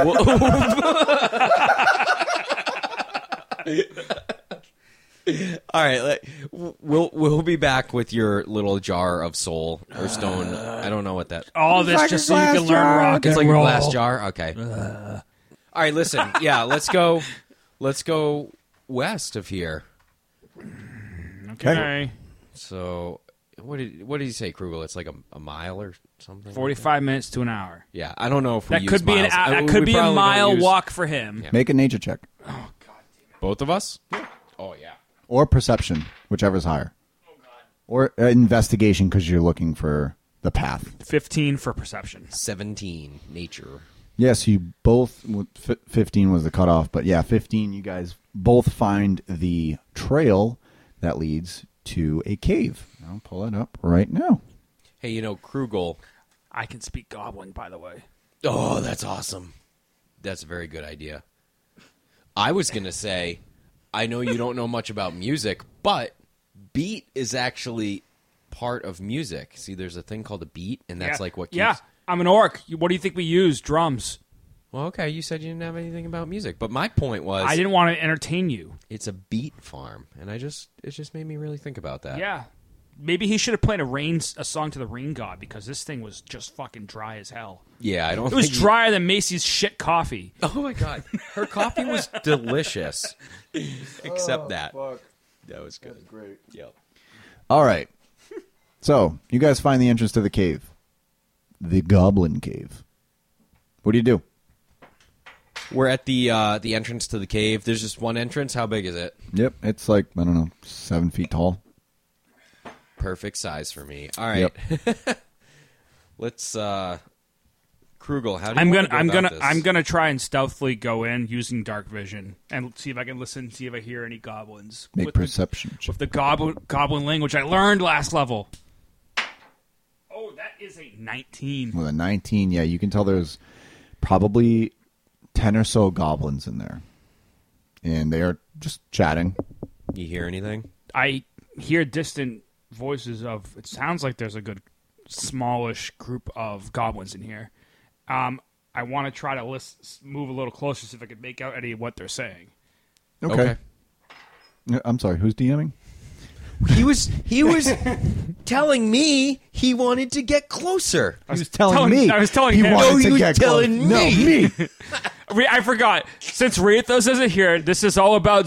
B: All right, let- we'll we'll be back with your little jar of soul or stone. I don't know what that.
C: All
D: It's
C: this
D: like a
C: Oh, just so you
D: glass
C: can learn
D: jar.
C: rock
B: It's
C: and
B: like a
C: roll.
B: glass jar. Okay. All right, listen. Yeah, let's go. Let's go west of here.
C: Okay.
B: So, what did what did he say, Krugel? It's like a, a mile or something. like that?
C: 45 minutes to an hour.
B: Yeah, I don't know if we
C: That
B: use
C: could be
B: miles.
C: an
B: I-
C: hour, that
B: we
C: could be a
B: probably don't
C: mile
B: use-
C: walk for him.
A: Make a nature check
B: Both of us? Oh yeah.
A: or perception, whichever's higher.
C: Oh,
A: Or uh, investigation because you're looking for the path.
C: 15 for perception.
B: Seventeen nature.
A: Yes, you both. f- Fifteen was the cutoff, but yeah, fifteen. You guys both find the trail that leads to a cave. I'll pull it up right now.
B: Hey, you know Krugel.
C: I can speak goblin by the way.
B: Oh, that's awesome. That's a very good idea. I was gonna say, I know you don't know much about music, but beat is actually part of music. See, there's a thing called a beat, and that's
C: Yeah.
B: like what keeps.
C: Yeah, I'm an orc. You- What do you think we use? Drums.
B: Well, okay, you said you didn't have anything about music, but my point was,
C: I didn't want to entertain you.
B: it's a beat farm, and I just it just made me really think about that.
C: Yeah. Maybe he should have played a rain a song to the rain god because this thing was just fucking dry as hell.
B: yeah, I don't.
C: It was
B: think you-
C: drier than Macy's shit coffee.
B: Oh my god, her coffee was delicious. Except that that was good.
A: Great.
B: Yep.
A: All right. So you guys find the entrance to the cave, the Goblin Cave. What do you do?
B: We're at the uh, the entrance to the cave. There's just one entrance. How big is it?
A: Yep, it's like I don't know, seven feet tall.
B: Perfect size for me. All right,
A: Yep.
B: let's uh, Krugel, how do you
C: I'm
B: wanna
C: gonna,
B: go
C: I'm
B: about
C: gonna,
B: this?
C: I'm gonna try and stealthily go in using dark vision and see if I can listen, see if I hear any goblins.
A: Make
C: with
A: perception.
C: the,
A: check.
C: with the goblin goblin language I learned last level. Oh, that is a 19.
A: With a 19, yeah, you can tell there's probably 10 or so goblins in there. And they are just chatting.
B: You hear anything?
C: I hear distant voices of. It sounds like there's a good smallish group of goblins in here. Um, I want to try to list, move a little closer, see if I can make out any of what they're saying.
B: Okay.
A: Yeah, I'm sorry, who's DMing?
B: He was he was telling me he wanted to get closer.
A: He was
C: telling telling- me I was telling
A: he
C: he him. wanted
B: No, to you get telling close. No, me.
A: No, me.
C: Re- I forgot. Since Riathos isn't here, this is all about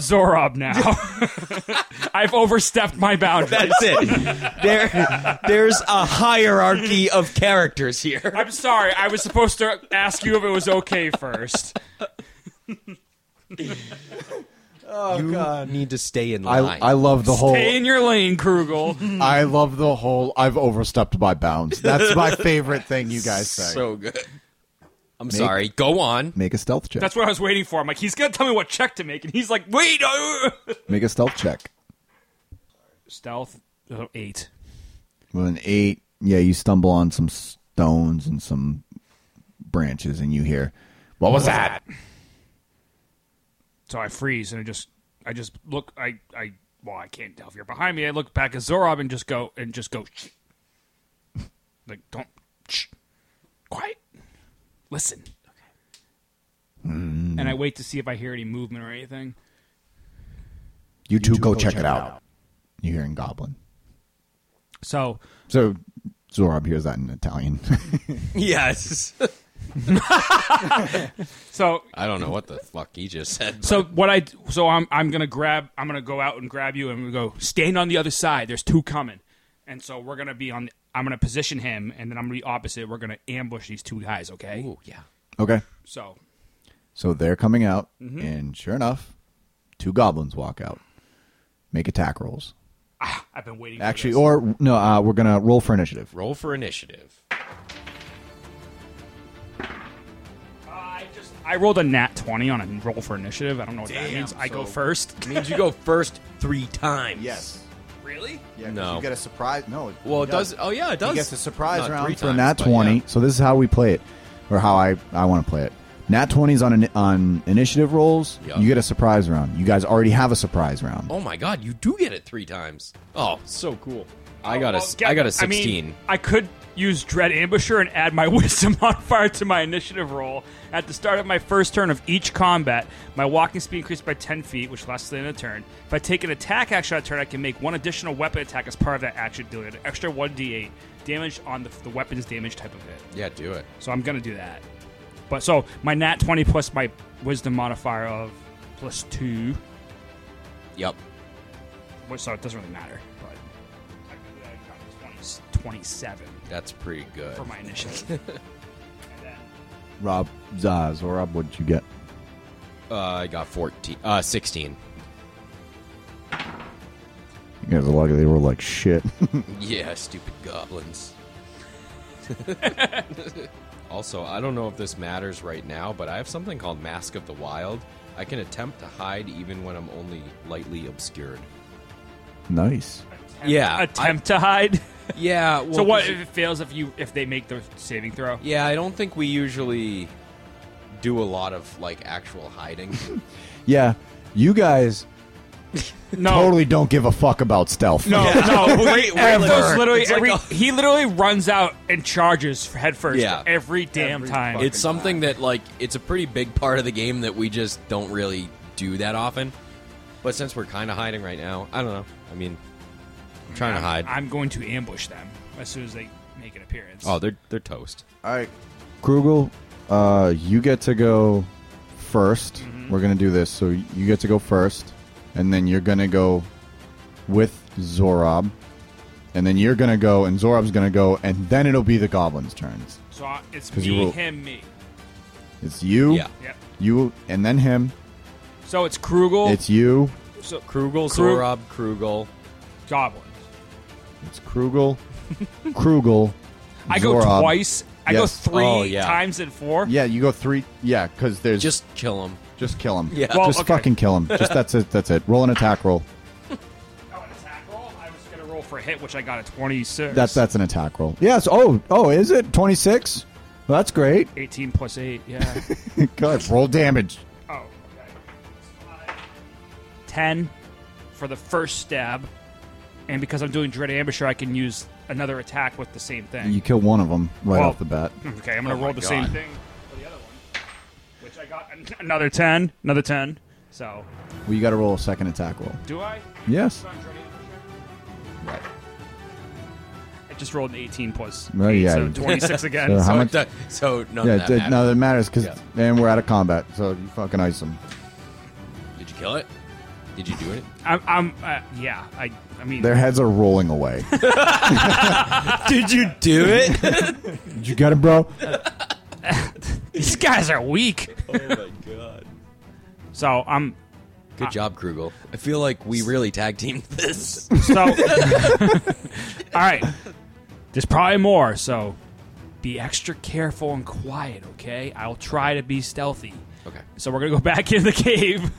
C: Zorob now. I've overstepped my boundaries.
B: That's it. There there's a hierarchy of characters here.
C: I'm sorry. I was supposed to ask you if it was okay first.
B: you need to stay in
A: I,
B: line.
A: I love the whole.
C: Stay in your lane, Krugel.
A: I love the whole. I've overstepped my bounds. That's my favorite thing you guys say.
B: so good. I'm sorry. Go on.
A: Make a stealth check.
C: That's what I was waiting for. I'm like, he's gonna tell me what check to make, and he's like, wait. Uh.
A: Make a stealth check.
C: Stealth uh, eight.
A: With an eight, yeah, you stumble on some stones and some branches, and you hear, "What was that?"
C: So I freeze and I just, I just look. I, I. Well, I can't tell if you're behind me. I look back at Zorob and just go and just go. "Shh." Like, don't. Shh. Quiet. Listen. And I wait to see if I hear any movement or anything.
A: You, two, go, check, it out. You're hearing goblin.
C: So
A: So Zorob hears that in Italian.
B: Yes.
C: so
B: I don't know what the fuck he just said.
C: so what I so I'm I'm gonna grab I'm gonna go out and grab you and we go stand on the other side. There's two coming, and so we're gonna be on. I'm gonna position him and then I'm gonna be opposite. We're gonna ambush these two guys. Okay.
B: Ooh, yeah.
A: okay.
C: So
A: So they're coming out, and sure enough, two goblins walk out. Make attack rolls.
C: I've been waiting.
A: Actually,
C: for this.
A: or no, uh, we're gonna roll for initiative.
B: Roll for initiative.
C: I just I rolled a nat twenty on a roll for initiative. I don't know what that means. I go
B: so-
C: first.
B: means you go first three times.
C: Really?
A: Yeah,
B: 'cause No. you get
A: a surprise. No.
B: Well, it does. Oh yeah, it does.
A: gets a surprise
B: Not
A: round
B: three
A: for
B: times,
A: nat
B: but
A: 20.
B: yeah.
A: So this is how we play it, or how I, I want to play it. Nat 20s on an, on initiative rolls.
B: Yeah.
A: You get a surprise round. You guys already have a surprise round.
B: Oh my god, you do get it three times. Oh, so cool. I got a,
C: Well, get-
B: Oh, I got a
C: mean,
B: sixteen.
C: I could use Dread Ambusher and add my Wisdom modifier to my initiative roll. At the start of my first turn of each combat, my walking speed increased by 10 feet, which lasts than a turn. If I take an attack action on a turn, I can make one additional weapon attack as part of that action, dealing an extra 1d8 damage on the, the weapon's damage type of hit.
B: yeah, do it.
C: So I'm going to do that. But so my nat 20 plus my Wisdom modifier of plus 2,
B: Yep.
C: which- so it doesn't really matter. But technically I got 20 27
B: That's pretty good.
C: for my initiative.
A: Rob, uh, Zorab, what'd you get?
B: Uh, I got fourteen. Uh, sixteen.
A: You guys are lucky they were like shit.
B: Yeah, stupid goblins. also, I don't know if this matters right now, but I have something called Mask of the Wild. I can attempt to hide even when I'm only lightly obscured.
A: nice.
B: Yeah,
C: attempt to hide.
B: I- yeah. Well,
C: so what
B: 'cause-
C: if it fails if you if they make the saving throw?
B: Yeah, I don't think we usually do a lot of like actual hiding.
A: Yeah, you guys
C: No.
A: totally don't give a fuck about stealth.
C: Oh. No, no,
B: Wait, wait,
C: Athos literally
B: it's like
C: every
B: a-
C: he literally runs out and charges head first
B: Yeah.
C: every damn time.
B: it's something that like it's a pretty big part of the game that we just don't really do that often. But since we're kind of hiding right now, I don't know. I mean, I'm trying to hide.
C: I'm going to ambush them as soon as they make an appearance.
B: oh, they're they're toast.
A: All right, Krugel, uh, you get to go 1st we We're gonna do this, so you get to go first, and then you're gonna go with Zorob, and then you're gonna go, and Zorob's gonna go, and then it'll be the goblins' turns.
C: so I- it's
A: 'Cause you
C: me,
A: roll-
C: him, me.
A: It's you,
B: Yeah.
C: Yep.
A: you, and then him.
C: So it's Krugel.
A: It's you,
C: so
B: Krugel, Zorob,
C: Krug-
B: Krugel.
C: goblins.
A: it's Krugel, Krugel.
C: I go
A: Zorob,
C: twice I go
A: Yes.
C: three
B: Oh, yeah.
C: times in four.
A: Yeah, you go three. Yeah, because there's just
B: Just kill him.
A: just kill him.
B: Yeah.
C: Well,
A: just
C: okay.
A: fucking kill him. Just that's it. That's it. Roll an attack roll.
C: Oh, an attack roll. I was gonna roll for a hit, which I got a twenty-six.
A: That's that's an attack roll. Yes. Oh oh, is it twenty six? Well, that's great.
C: eighteen plus eight. Yeah.
A: God, roll damage.
C: oh. Okay. Ten for the first stab, and because I'm doing dread ambusher, I can use another attack with the same thing.
A: You kill one of them right
C: Well- hmm.
A: off the bat.
C: Okay, I'm gonna
B: Oh my
C: roll the same
B: God.
C: thing for the other one, which I got an- another ten, another ten. So,
A: Well, you got to roll a second attack roll.
C: do I?
A: Yes.
C: It's not dreading, I'm sure. I just rolled an 18 plus
A: Well,
C: eight,
A: yeah,
C: so
A: you-
C: 26 again.
A: So how
B: so,
A: much-
B: it do- so none
A: yeah.
B: of
A: it-
B: that
A: it-
B: mattered.
A: no, that matters because
B: Yeah.
A: man, we're out of combat. So you fucking ice them.
B: Did you kill it? Did you do it?
C: I'm, I'm uh, yeah. I, I mean,
A: Their heads are rolling away.
B: Did you do it?
A: Did you get him, bro?
C: these guys are weak.
B: oh my god.
C: So I'm,
B: Good job, Krugel. I feel like we really tag teamed this.
C: so. all right, there's probably more. So, be extra careful and quiet, okay? I'll try to be stealthy.
B: Okay.
C: So we're gonna go back into the cave.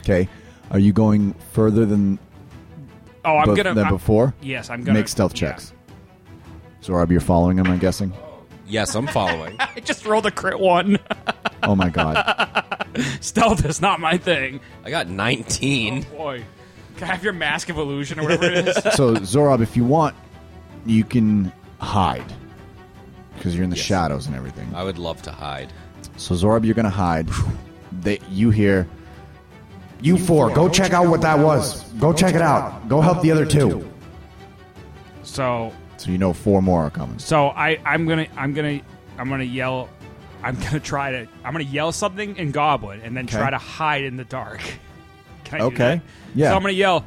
A: Okay. Are you going further than
C: Oh, I'm
A: bef-
C: gonna.
A: than
C: I-
A: before?
C: yes, I'm gonna
A: Make stealth
C: yeah.
A: checks. So, Rob, you're following him, I'm guessing.
B: Yes, I'm following.
C: I just rolled a crit one.
A: Oh my god.
C: stealth is not my thing.
B: I got 19.
C: Boy, can I have your mask of illusion or whatever it is?
A: so, Zorob, if you want, you can hide because you're in the
B: Yes.
A: shadows and everything.
B: I would love to hide.
A: So, Zorob, you're gonna hide. They, you hear. You, four, go, check, out what that was. Go, check, it out. Go help the other two.
C: so,
A: So you know four more are coming.
C: so I, I'm gonna, I'm gonna, I'm gonna yell. I'm gonna try to. I'm gonna yell something in Goblin and then try to hide in the dark. Can I do
A: Okay.
C: that?
A: Yeah.
C: So I'm gonna yell,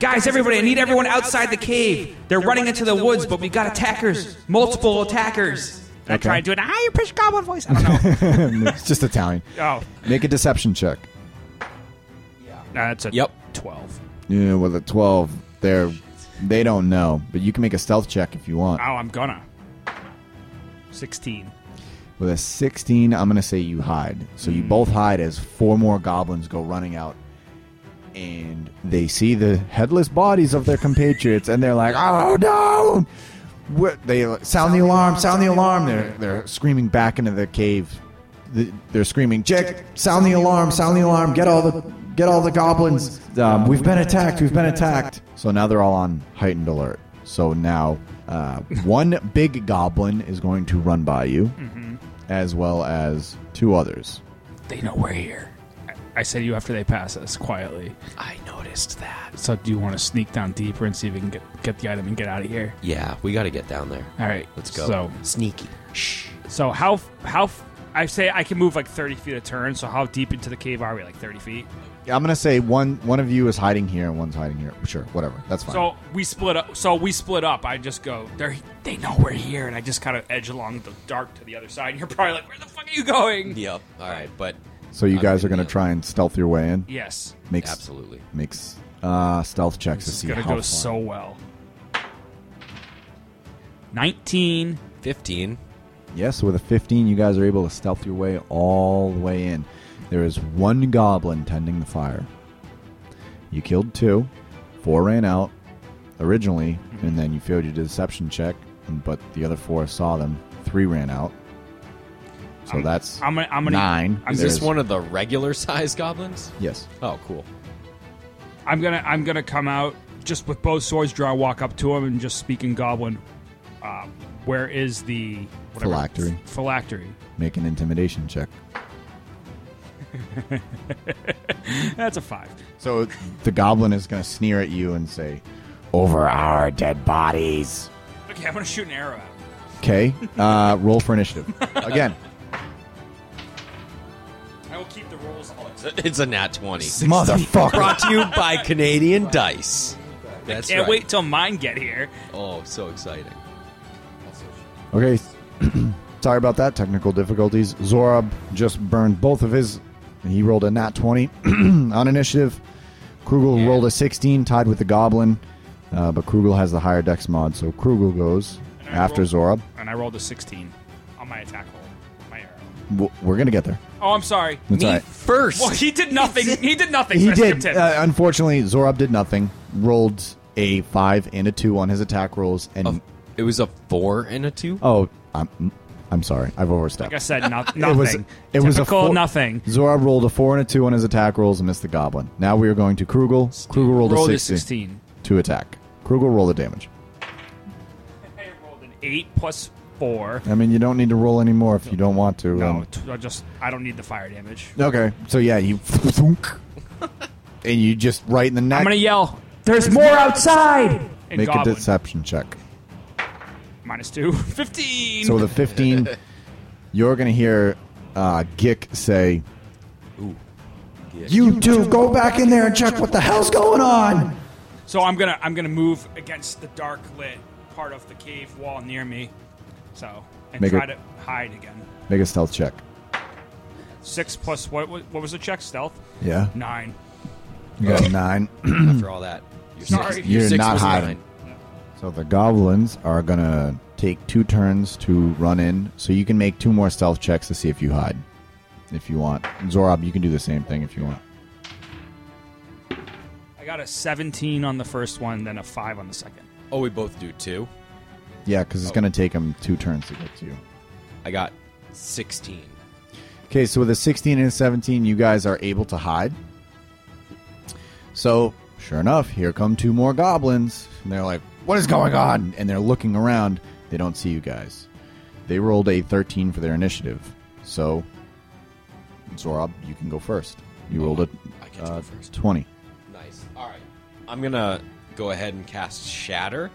C: guys! Everybody, I need everyone outside the cave. They're running into the woods, but we got attackers, multiple attackers. And I "Ah,
A: Okay.
C: try to do an higher pitch Goblin voice. I don't know.
A: it's just Italian.
C: oh,
A: Make a deception check.
C: that's a
B: Yep.
C: Twelve.
A: Yeah, with a twelve, they're they don't know. But you can make a stealth check if you want.
C: Oh, I'm gonna. 16.
A: With a 16, I'm going to say you hide. So you both hide as four more goblins go running out. And they see the headless bodies of their compatriots, and they're like, "Oh no!" What, they sound, the alarm! Sound the alarm! They're they're screaming back into the cave. The- They're screaming, "Jack! Sound the alarm! Sound the alarm! Get all the get all the goblins! Um, we've been attacked! We've been attacked!" So now they're all on heightened alert. So now uh, one big goblin is going to run by you as well as two others.
C: They know we're here. I say to you after they pass us quietly.
B: I noticed that.
C: So, do you want to sneak down deeper and see if we can get, get the item and get out of here?
B: Yeah, we got to get down there.
C: All right,
B: Let's go.
C: So,
B: Sneaky. Shh.
C: so how f- how f- I say I can move like thirty feet a turn. So, how deep into the cave are we? Like thirty feet.
A: I'm gonna say one one of you is hiding here and one's hiding here. Sure, whatever. That's fine.
C: So we split up. So we split up. I just go. They they know we're here, and I just kind of edge along the dark to the other side. And you're probably like, "Where the fuck are you going?"
B: Yep. All right, but
A: So you
B: I'm
A: guys are
B: gonna
A: gonna
B: be-
A: try and stealth your way in.
C: Yes,
A: Makes
B: absolutely.
A: makes uh, stealth checks
C: this
A: to
C: is
A: see
C: gonna
A: how
C: go
A: far.
C: so well. Nineteen
B: 15.
A: Yes, with a 15, you guys are able to stealth your way all the way in. There is one goblin tending the fire. You killed two, four ran out originally,
C: Mhm.
A: and then you failed your deception check, and- but the other four saw them. Three ran out. So that's
C: I'm gonna, I'm gonna,
A: nine.
C: I'm
B: Is
C: gonna,
B: this one of the regular size goblins?
A: Yes.
B: Oh, cool.
C: I'm gonna, I'm gonna come out just with both swords drawn, walk up to him, and just speak in Goblin. Um, where is the whatever-
A: Phylactery.
C: Phylactery.
A: Make an intimidation check.
C: That's a five.
A: So the goblin is going to sneer at you and say, "Over our dead bodies."
C: Okay, I'm gonna shoot an arrow. at him.
A: Okay. Uh, roll for initiative again.
C: I will keep the rolls.
B: It's a nat 20.
A: Motherfucker.
B: Brought to you by Canadian Dice. That's
C: Can't
B: right.
C: wait till mine get here.
B: Oh, so exciting.
A: Okay. Sorry about that. Technical difficulties. Zorab just burned both of his. He rolled a nat 20 on initiative. Krugel
B: Yeah.
A: rolled a 16, tied with the goblin. Uh, but Krugel has the higher dex mod, so Krugel goes.
C: And I I
A: after
C: rolled-
A: Zorob.
C: And I rolled a 16 on my attack roll, my arrow.
A: W- We're gonna get there.
C: Oh, I'm sorry.
A: That's
B: Me
A: all right.
B: first.
C: Well, he did nothing. He did nothing. so
A: He
C: I skipped
A: did.
C: him.
A: Uh, unfortunately, Zorob did nothing. Rolled a five and a two on his attack rolls, and
B: A- it was a four and a two.
A: oh, I'm I'm sorry, I've overstepped.
C: like I said, no, nothing.
A: it was it was a
C: Typical
A: four,
C: nothing.
A: Zorob rolled a four and a two on his attack rolls and missed the goblin. Now we are going to Krugel. Krugel rolled,
C: Rolled
A: a
C: a
A: 16,
C: 16.
A: to attack. Krugel roll the damage.
C: I rolled an 8 plus 4.
A: I mean, you don't need to roll anymore if you don't want to.
C: No,
A: um,
C: t- Oh, I just I don't need the fire damage.
A: okay. So yeah, you thunk, and you just right in the neck.
C: I'm gonna yell. There's, more outside. And
A: make a
C: goblin
A: deception check.
C: minus two. Fifteen.
A: So with a 15, you're going to hear uh, Gick say, You two, go back in there and check what the hell's going on.
C: So I'm gonna I'm gonna move against the dark lit part of the cave wall near me. So and
A: Make
C: try
A: it-
C: to hide again.
A: Make a stealth check.
C: Six plus what? wa- What was the check? Stealth.
A: Yeah.
C: Nine.
A: You got a 9.
B: After all that, you're
C: Sorry.
B: six,
A: Uh-huh. You're
B: six
A: not
B: was
A: hiding.
B: nine.
A: So the goblins are going to take two turns to run in, so you can make two more stealth checks to see if you hide. If you want. Zorob, you can do the same thing if you want.
C: I got a seventeen on the first one, then a five on the second.
B: Oh, we both do two.
A: Yeah, because it's going to take them two turns to get to you.
B: I got sixteen.
A: Okay, so with a 16 and a 17, you guys are able to hide. So, sure enough, here come two more goblins. And they're like, What is going on? And they're looking around. They don't see you guys. They rolled a 13 for their initiative. So, Zorob, you can go first. You rolled a
B: I get to go
A: uh,
B: first.
A: 20.
B: Nice. All right. I'm gonna go ahead and cast Shatter.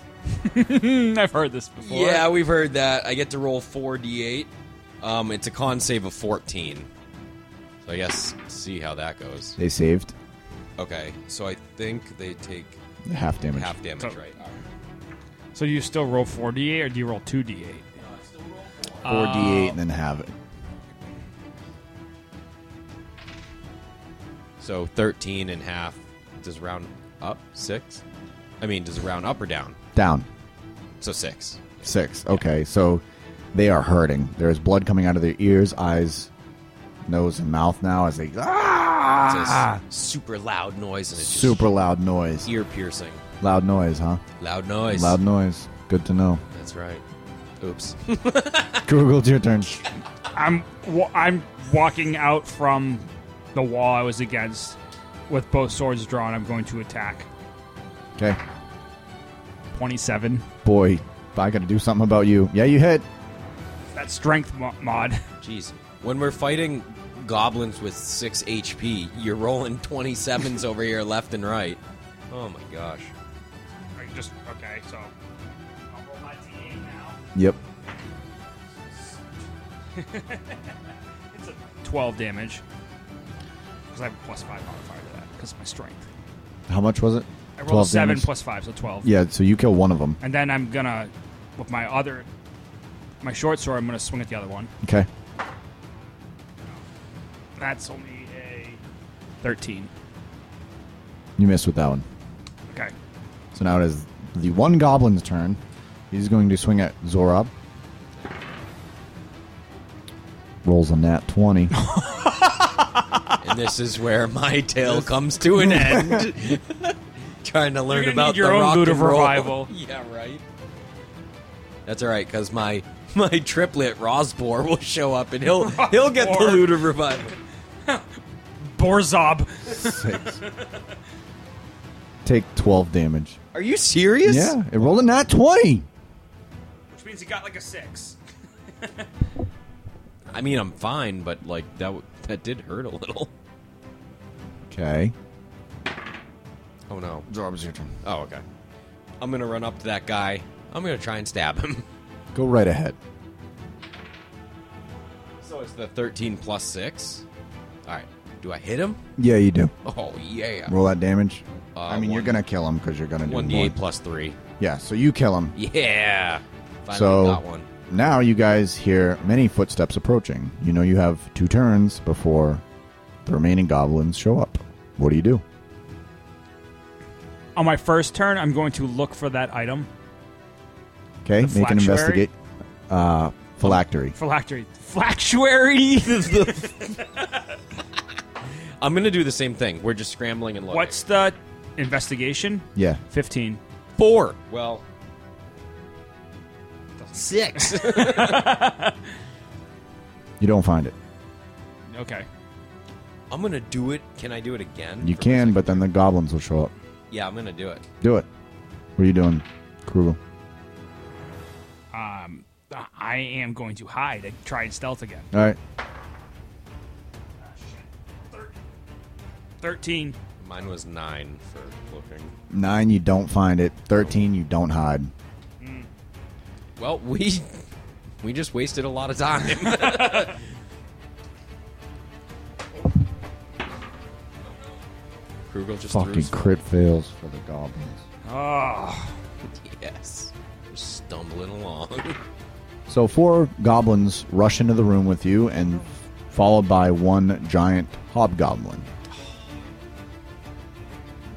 C: Hmm, I've heard this before.
B: Yeah, we've heard that. I get to roll four d8. Um, it's a con save of fourteen. So I guess see how that goes.
A: They saved
B: Okay, so I think they take
A: the half damage.
B: half damage,
C: So-
B: right?
C: So you still roll four d8 or do you roll two d8? Oh.
A: 4d8 and then halve it.
B: So thirteen and half. Does round up six? I mean, does it round up or down?
A: Down.
B: So six.
A: Six. Okay, so they are hurting. There is blood coming out of their ears, eyes, nose, and mouth now as they. ah!
B: It's a s- super loud noise and it's just
A: Super loud noise.
B: ear piercing.
A: Loud noise, huh?
B: Loud noise.
A: Loud noise. Good to know.
B: That's right. Oops.
A: Google, it's your turn.
C: I'm wa- I'm walking out from the wall I was against with both swords drawn. I'm going to attack.
A: Okay.
C: Twenty-seven.
A: Boy, I gotta do something about you. Yeah, you hit.
C: That strength mo- mod.
B: Jeez. When we're fighting goblins with 6 HP, you're rolling 27s over here left and right. Oh my gosh.
C: I just okay. So I'll roll my d8 now.
A: Yep.
C: It's a twelve damage because I have a plus five modifier to that because of my strength.
A: How much was it?
C: I rolled a seven
A: damage.
C: plus five, so twelve.
A: Yeah, so you kill one of them.
C: And then I'm gonna with my other my short sword. I'm gonna swing at the other one.
A: Okay.
C: That's only a thirteen.
A: You missed with that one.
C: Okay.
A: So now it is the one goblin's turn. He's going to swing at Zorob. Rolls a nat 20.
B: And this is where my tale comes to an end. Trying to learn
C: gonna
B: about
C: need your
B: the
C: own
B: rock
C: loot
B: and
C: of
B: roll.
C: revival.
B: Yeah, right. That's all right cuz my my triplet Rosbor will show up and he'll he'll get the
C: Rosbor.
B: loot of revival.
C: Borzob.
A: Six. Take 12 damage.
B: Are you serious?
A: Yeah, it rolled a nat 20.
C: Which means he got like a six.
B: I mean, I'm fine, but like that w- that did hurt a little.
A: Okay.
B: Oh no.
A: Zorob's your turn.
B: Oh, okay. I'm gonna run up to that guy. I'm gonna try and stab him.
A: Go right ahead.
B: So it's the 13 plus six. All right. Do I hit him?
A: Yeah, you do.
B: Oh yeah.
A: Roll that damage.
B: Uh,
A: I mean, you're
B: one-
A: gonna kill him because you're gonna do
B: One
A: more.
B: d8 plus three.
A: Yeah, so you kill him.
B: Yeah. Finally
A: so
B: got one.
A: now you guys hear many footsteps approaching. You know you have two turns before the remaining goblins show up. What do you do?
C: On my first turn, I'm going to look for that item.
A: Okay,
C: The
A: make an
C: phylactery?
A: investigate. Uh, phylactery.
C: Phylactery. Phylactuary.
B: I'm gonna do the same thing. We're just scrambling and looking.
C: What's the investigation?
A: Yeah.
C: 15.
B: four? Well, six.
A: You don't find it.
C: Okay.
B: I'm gonna do it. Can I do it again?
A: You
B: For
A: can,
B: my
A: but then the goblins will show up.
B: second- yeah, I'm gonna do it.
A: Do it. What are you doing, Krugel?
C: I am going to hide and try and stealth again.
A: All right.
C: 13.
B: Mine was nine for looking.
A: Nine, you don't find it. Thirteen, you don't hide.
B: Well, we we just wasted a lot of time. Krugel just threw
A: Fucking
B: his-
A: crit fails for the goblins.
C: Oh.
B: Yes, We're stumbling along.
A: So four goblins rush into the room with you, and followed by one giant hobgoblin.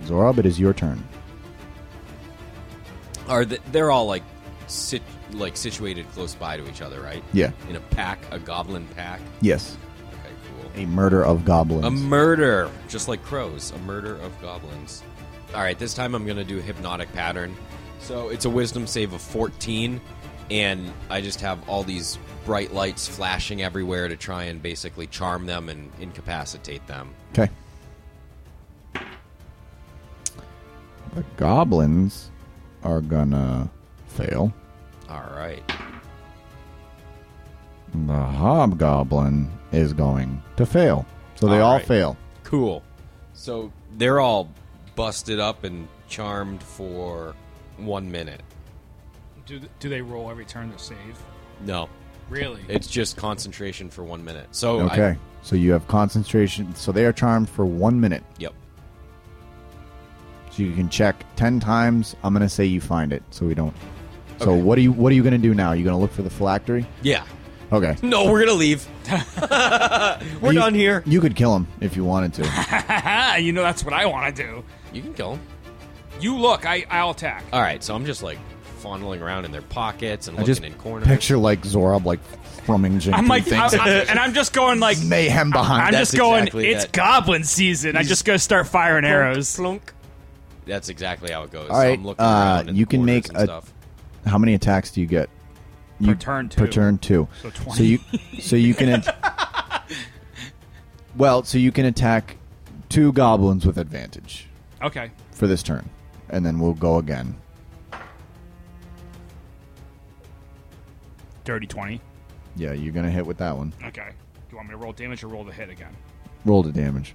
A: Zorob, it is your turn.
B: Are the, they're all like sit like situated close by to each other, right?
A: Yeah.
B: In a pack, a goblin pack.
A: Yes. Um,
B: Okay, cool.
A: A murder of goblins.
B: A murder, just like crows, a murder of goblins. All right, this time I'm going to do hypnotic pattern. So it's a wisdom save of 14, and I just have all these bright lights flashing everywhere to try and basically charm them and incapacitate them.
A: Okay. The goblins are gonna fail.
B: All right.
A: The hobgoblin is going to fail. So they all
B: Alright.
A: fail.
B: Cool. So they're all busted up and charmed for one minute.
C: Do, th- do they roll every turn to save?
B: No,
C: Really?
B: it's just concentration for one minute. So I-
A: Okay. so you have concentration. So they are charmed for one minute.
B: yep.
A: So you can check ten times. I'm gonna say you find it, so we don't. So
B: Okay.
A: what are you what are you gonna do now? you gonna look for the phylactery?
B: Yeah.
A: Okay.
B: No, we're gonna leave. we're
A: You-
B: done here.
A: You could kill him if you wanted to.
C: Ah, you know that's what I want to do.
B: You can kill them.
C: You look, I, I'll attack.
B: All right, so I'm just like fondling around in their pockets and
A: I
B: looking
A: just
B: in corners.
A: picture like Zorob like frummaging
C: I'm
A: through
C: like,
A: things.
C: I- I- and I'm just going like,
A: mayhem behind.
C: I'm
A: that.
B: That's
C: just going,
B: exactly
C: it's
B: it.
C: goblin season. I'm just going to start firing arrows.
B: Plunk. That's exactly how it goes.
A: All right,
B: so I'm looking
A: uh,
B: around in
A: you
B: the
A: can
B: corners
A: make
B: and
A: a-
B: stuff.
A: How many attacks do you get? You,
C: turn,
A: Per
C: two.
A: turn two.
C: So 20.
A: So you so you can. at- well, so you can attack two goblins with advantage
C: Okay.
A: for this turn, and then we'll go again.
C: Dirty 20.
A: Yeah, you're gonna hit with that one.
C: Okay. Do you want me to roll damage or roll the hit again?
A: Roll the damage.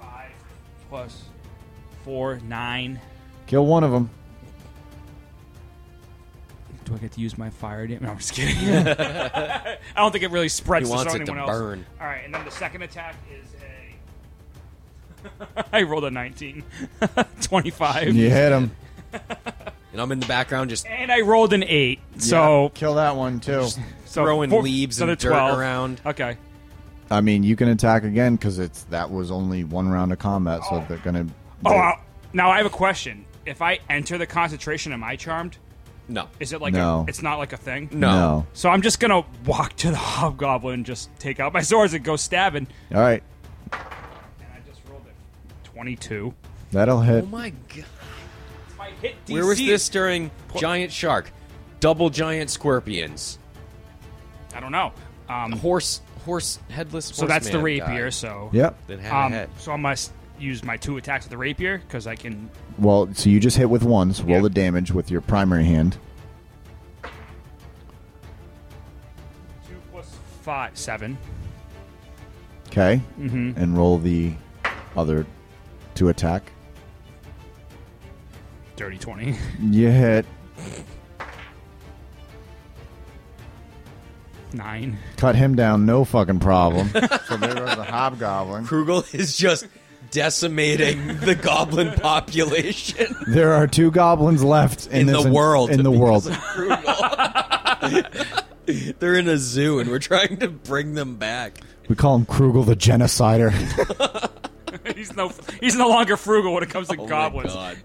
C: Five plus four, nine.
A: Kill one of them.
C: Do I get to use my fire damage? No, I'm just kidding. I don't think it really spreads
B: He
C: to
B: wants it
C: anyone
B: to
C: else.
B: burn.
C: All right, and then the second attack is a. I rolled a 19. 25.
A: You hit him.
B: And I'm in the background just
C: And I rolled an 8. So.
A: kill that one too.
C: so
B: throwing
C: four-
B: leaves
C: so
B: and
C: they're
B: dirt
C: 12.
B: around.
C: Okay.
A: I mean, you can attack again because it's that was only one round of combat, so they're gonna.
C: Oh, I- now I have a question. If I enter the concentration, am I charmed?
B: no,
C: Is it like
A: No.
C: a, it's not like a thing?
A: no.
C: So I'm just gonna walk to the hobgoblin, and just take out my swords and go stabbing.
A: All right,
C: And I just rolled a 22.
A: that'll hit.
B: Oh my god!
C: My hit DC.
B: Where was this during giant shark, double giant scorpions,
C: I don't know. Um,
B: horse, horse headless?
C: so that's the
B: horseman guy
C: rapier. So
A: Yep.
B: That had a
C: Um,
B: head.
C: so I must use my two attacks with the rapier because I can.
A: Well, so you just hit with one. So roll
C: Yeah.
A: the damage with your primary hand.
C: Two plus five, seven.
A: Okay. Mm-hmm. And roll the other to attack.
C: Dirty 20.
A: You hit.
C: Nine.
A: Cut him down. No fucking problem. so there goes the hobgoblin.
B: Krugel is just decimating the goblin population
A: There are two goblins left in,
B: in
A: this
B: the world.
A: In the
B: because
A: world.
B: of Krugel. They're in a zoo, and we're trying to bring them back.
A: We call him Krugel the Genocider.
C: he's no. He's no longer frugal when it comes to
B: Oh my
C: goblins.
B: God.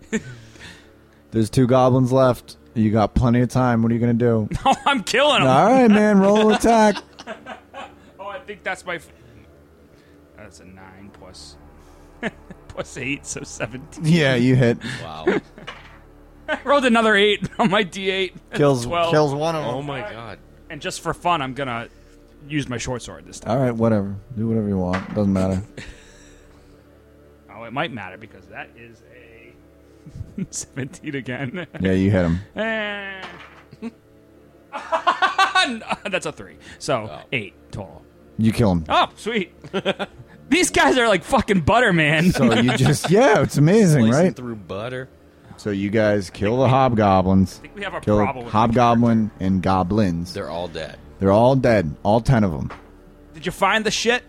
A: There's two goblins left. You got plenty of time. What are you gonna do?
C: Oh, I'm killing him.
A: All right, man. Roll attack.
C: Oh, I think that's my. F- that's a nine plus plus eight, so seventeen.
A: Yeah, you hit.
B: Wow.
C: I rolled another eight on my d8. That's
A: Kills
C: twelve.
A: kills one of them.
B: Oh my god.
C: And just for fun, I'm gonna use my short sword this time.
A: All right, whatever. Do whatever you want. Doesn't matter.
C: Oh, it might matter because that is a seventeen again.
A: Yeah, you hit him.
C: Eh. that's a three, so
B: Oh.
C: eight total.
A: You kill him.
C: Oh, sweet. These guys are like fucking butter, man.
A: So you just yeah, it's amazing,
B: Slicing
A: right?
B: through butter.
A: So you guys kill the hobgoblins.
C: we have a
A: Kill
C: problem with
A: hobgoblin and goblins.
B: They're all dead.
A: They're all dead. All ten of them.
C: Did you find the shit?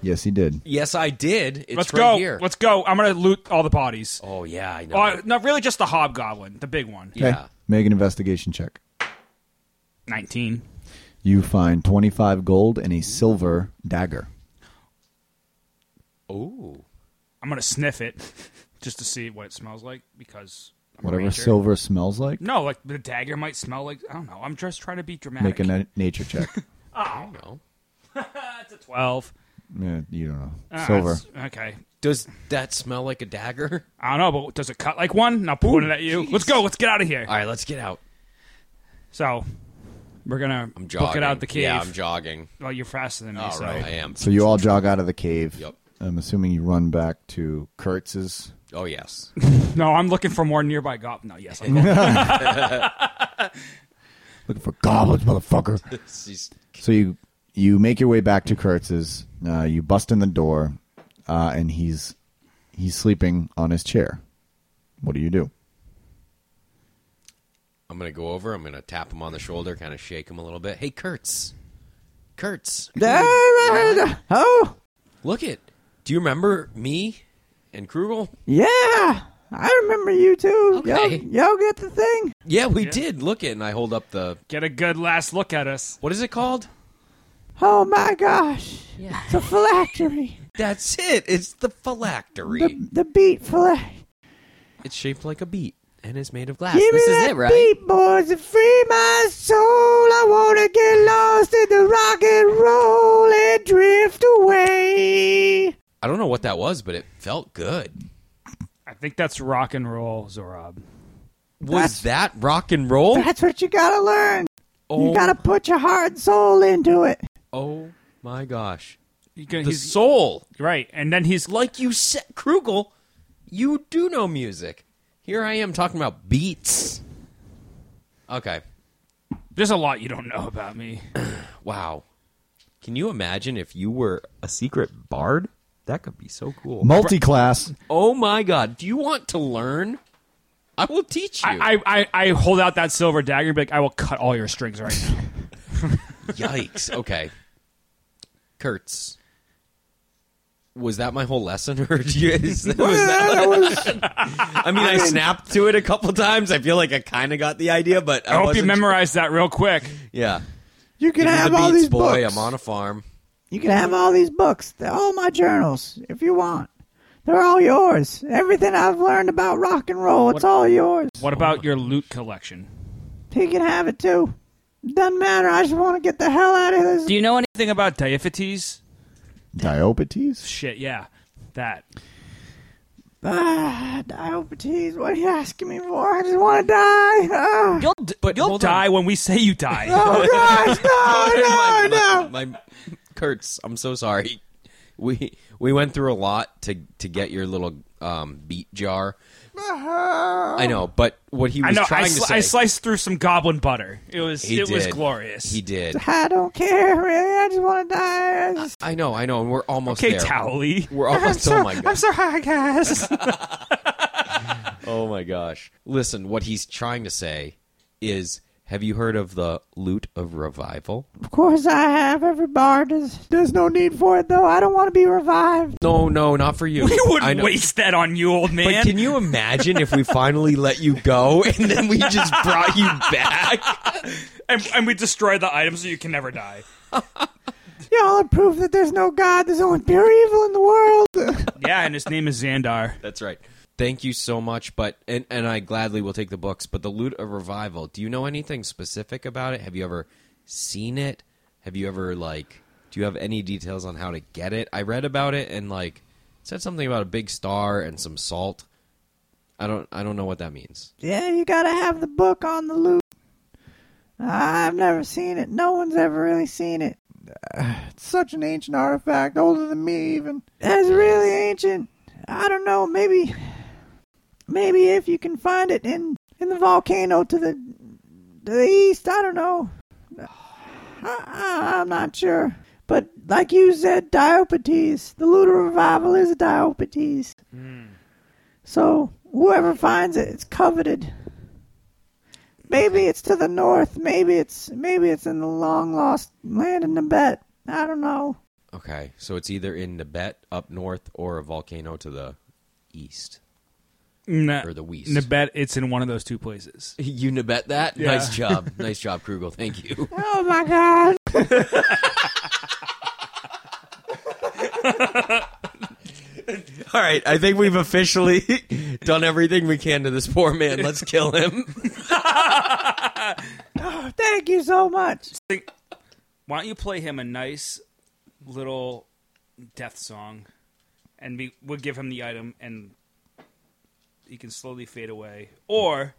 A: Yes, he did.
B: Yes, I did. It's
C: Let's
B: right
C: go.
B: here.
C: Let's go. I'm gonna loot all the bodies.
B: oh yeah, I know.
C: Oh, no, really, just the hobgoblin, the big one.
A: Okay.
B: yeah.
A: Make an investigation check.
C: Nineteen.
A: You find twenty-five gold and a silver dagger.
B: Ooh.
C: I'm gonna sniff it just to see what it smells like because I'm a
A: Whatever
C: ranger.
A: silver smells like.
C: No, like the dagger might smell like I don't know. I'm just trying to be dramatic.
A: Make a na- nature check.
B: I don't know.
C: That's a twelve.
A: yeah, you don't know.
C: Ah,
A: silver.
C: it's- Okay.
B: Does that smell like a dagger?
C: I don't know, but does it cut like one? Now point it at you. Let's go. Let's get out of here.
B: All right, let's get out.
C: So we're gonna
B: I'm jogging.
C: book it out the cave.
B: Yeah, I'm jogging.
C: well, you're faster than me.
B: All
C: so.
B: right, I am.
A: So you all jog out of the cave.
B: Yep.
A: I'm assuming you run back to Kurtz's.
B: Oh yes.
C: No, I'm looking for more nearby goblin. No, yes, I'm going.
A: Looking for goblins, motherfucker.
B: She's-
A: So you you make your way back to Kurtz's. Uh, you bust in the door, uh, and he's he's sleeping on his chair. What do you do?
B: I'm gonna go over. I'm gonna tap him on the shoulder, kind of shake him a little bit. Hey, Kurtz. Kurtz,
D: oh,
B: look it. Do you remember me and Krugel?
D: yeah. I remember you too.
B: Okay.
D: Y'all, y'all get the thing?
B: Yeah, we did. Look it, and I hold up the
C: Get a good last look at us.
B: what is it called?
D: Oh my gosh.
E: Yeah.
D: It's a phylactery.
B: That's it. It's the phylactery.
D: the, the beat phylactery.
B: It's shaped like a beet and it's made of glass.
D: Give
B: this
D: me
B: is
D: that
B: it, right?
D: beat, boys, and free my soul. I wanna get lost in the rock and roll and drift away.
B: I don't know what that was, but it felt good.
C: I think that's rock and roll, Zorab.
B: Was that rock and roll?
D: That's what you gotta learn.
B: oh,
D: You gotta put your heart and soul into it.
B: oh my gosh.
C: You can,
B: The
C: he's
B: soul.
C: right, and then he's
B: Like you said, Krugel, you do know music. Here I am talking about beats. Okay.
C: There's a lot you don't know about me.
B: Wow. Can you imagine if you were a secret bard? That could be so cool.
A: Multi-class.
B: oh my god. Do you want to learn? I will teach you.
C: I, I, I, I hold out that silver dagger and be like, I will cut all your strings right now.
B: Yikes. Okay. Kurtz. Was that my whole lesson, or did you, is, was that? I mean, I snapped to it a couple times. I feel like I kind of got the idea, but I,
C: I hope you
B: wasn't-
C: memorized that real quick.
B: Yeah,
D: You can
B: Give me
D: have
B: the
D: all
B: beats,
D: these
B: boy.
D: books.
B: I'm on a farm.
D: You can have all these books, They're all my journals, if you want. They're all yours. Everything I've learned about rock and roll, it's all yours.
C: What about your loot collection?
D: He can have it too. Doesn't matter. I just want to get the hell out of this.
C: Do you know anything about Diophites?
A: Diopetes.
C: Shit, yeah. That.
D: Ah, Diopetes, what are you asking me for? I just want to die. Ah.
C: You'll, d-
B: But
C: you'll
B: hold on.
C: die when we say you die.
D: Oh gosh,
B: my,
D: no, no,
B: my-
D: no!
B: My, Kurtz, I'm so sorry. We we went through a lot to to get your little um, beat jar. I know, but what he
C: I
B: was
C: know.
B: trying
C: I,
B: to
C: sli-
B: say,
C: I sliced through some goblin butter. It was
B: he
C: it was
B: did.
C: glorious.
B: He did.
D: I don't care, really. I just want to die. I just-
B: I know, I know, and we're almost
C: okay,
B: there.
C: Towley.
B: We're almost. oh my god.
C: sorry, guys.
B: Oh my gosh. Listen, what he's trying to say is have you heard of the loot of revival?
D: Of course, I have every bar. There's, there's no need for it, though. I don't want to be revived.
B: No, no, not for you.
C: you
B: I
C: wouldn't
B: know.
C: waste that on you, old man.
B: But can you imagine if we finally let you go and then we just brought you back?
C: and, and we destroy the item so you can never die.
D: Y'all are proof that there's no God. There's only pure evil in the world.
C: Yeah, and his name is Xandar.
B: That's right. Thank you so much, but and, and I gladly will take the books. But the Loot of Revival, do you know anything specific about it? Have you ever seen it? Have you ever like? Do you have any details on how to get it? I read about it and like it said something about a big star and some salt. I don't I don't know what that means.
D: Yeah, you gotta have the book on the loop. I've never seen it. No one's ever really seen it.
A: It's such an ancient artifact, older than me even.
D: That's really ancient. I don't know. Maybe, maybe if you can find it in in the volcano to the to the east. I don't know. I, I, I'm not sure. But like you said, Diopetes, the Lunar Revival is a Diopetes. So whoever finds it, it's coveted. Maybe it's to the north. Maybe it's maybe it's in the long lost land in Tibet. I don't know.
B: Okay, so it's either in Tibet up north or a volcano to the east.
C: Nah,
B: Or the West.
C: Nibet, it's in one of those two places.
B: You Nibet that?
C: Yeah.
B: Nice job, nice job, Krugel. Thank you.
D: Oh my God.
B: All right, I think we've officially done everything we can to this poor man. Let's kill him.
D: Thank you so much.
C: Why don't you play him a nice little death song, and we, we'll give him the item, and he can slowly fade away. Or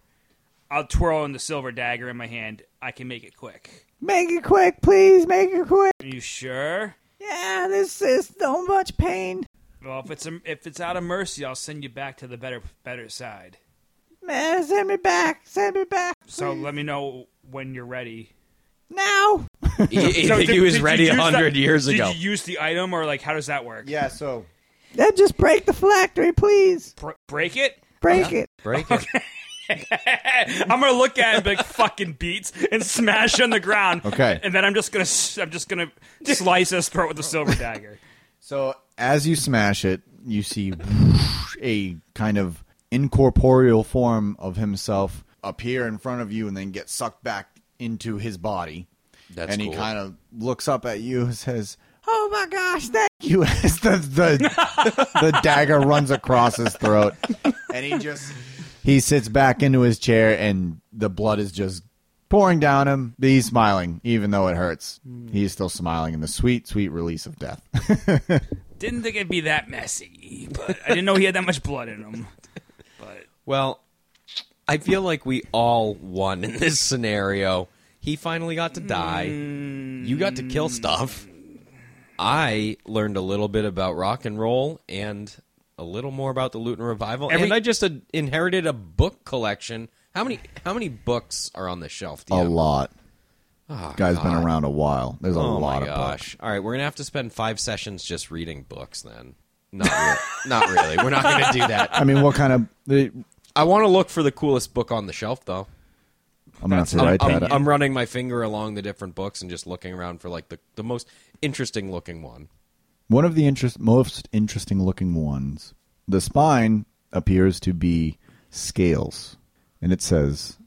C: I'll twirl in the silver dagger in my hand. I can make it quick.
D: Make it quick, please. Make it quick.
C: Are you sure?
D: Yeah, this is so much pain.
C: Well, if it's if it's out of mercy, I'll send you back to the better better side.
D: Man, send me back. Send me back.
C: So let me know when you're ready.
D: Now.
B: You, you
C: So
B: think
C: did-
B: he was
C: did you
B: ready
C: use
B: a hundred
C: that-
B: years ago?
C: Did you use the item, or like how does that work?
A: Yeah, so
D: Then just break the phylactery, please.
C: Br- break it.
D: Break it.
B: Break it.
C: I'm gonna look at it and be like fucking beats and smash on the ground.
A: Okay.
C: And then I'm just gonna s- I'm just gonna slice his throat with a silver dagger.
A: So as you smash it, you see a kind of incorporeal form of himself appear in front of you and then get sucked back into his body.
B: That's
A: and
B: cool.
A: he kind of looks up at you and says,
D: Oh my gosh, thank
A: "You." As the the, the dagger runs across his throat, and he just he sits back into his chair, and the blood is just pouring down him. He's smiling, even though it hurts. He's still smiling in the sweet, sweet release of death.
C: Didn't think it'd be that messy, but I didn't know he had that much blood in him. But
B: well, I feel like we all won in this scenario. He finally got to die. You got to kill stuff. I learned a little bit about rock and roll and a little more about the Luton Revival,
C: Every-
B: and I just uh, inherited a book collection. How many? How many books are on the shelf? Do you
A: A
B: know?
A: lot.
B: Oh,
A: Guy's been
B: God.
A: around a while. There's a
B: Oh
A: lot
B: my
A: of
B: gosh! All right, we're gonna have to spend five sessions just reading books. Then, not re- not really. We're not gonna do that.
A: I mean, what kind of? the-
B: I want to look for the coolest book on the shelf, though.
A: I'm gonna have to
B: I'm,
A: write
B: I'm-
A: that.
B: I'm running my finger along the different books and just looking around for like the the most interesting looking one.
A: One of the interest, most interesting looking ones. The spine appears to be scales, and it says,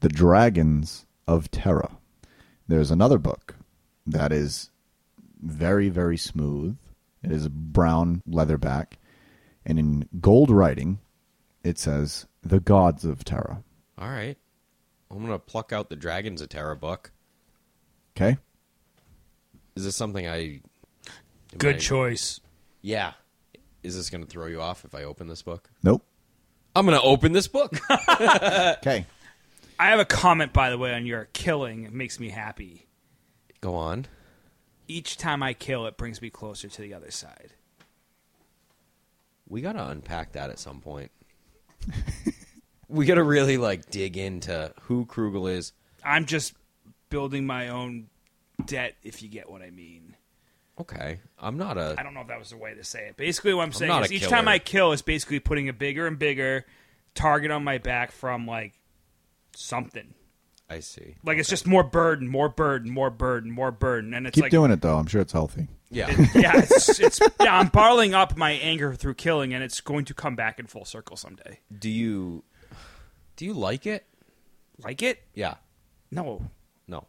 A: "The Dragons of Terra." There's another book that is very, very smooth. It is a brown leatherback, and in gold writing, it says, "The Gods of Terra."
B: All right, I'm gonna pluck out the Dragons of Terra book.
A: Okay.
B: Is this something I? am
C: good
B: I-
C: choice.
B: Yeah. Is this gonna throw you off if I open this book?
A: Nope.
B: I'm gonna open this book.
A: Okay.
C: I have a comment by the way on your killing. It makes me happy.
B: Go on.
C: Each time I kill, it brings me closer to the other side.
B: We gotta unpack that at some point. we gotta really like dig into who Krugel is.
C: I'm just building my own debt, if you get what I mean.
B: Okay, I'm not
C: I
B: a.
C: don't know if that was the way to say it. Basically, what I'm saying
B: not
C: is
B: a
C: each
B: killer.
C: time I kill is basically putting a bigger and bigger target on my back from like something.
B: I see.
C: Like it's just more burden, more burden, more burden, more burden, and it's
A: Keep
C: like
A: doing it though. I'm sure it's healthy.
B: Yeah.
C: yeah, it's, it's yeah. I'm bottling up my anger through killing, and it's going to come back in full circle someday.
B: do you do you like it?
C: Like it?
B: Yeah.
C: No,
B: No.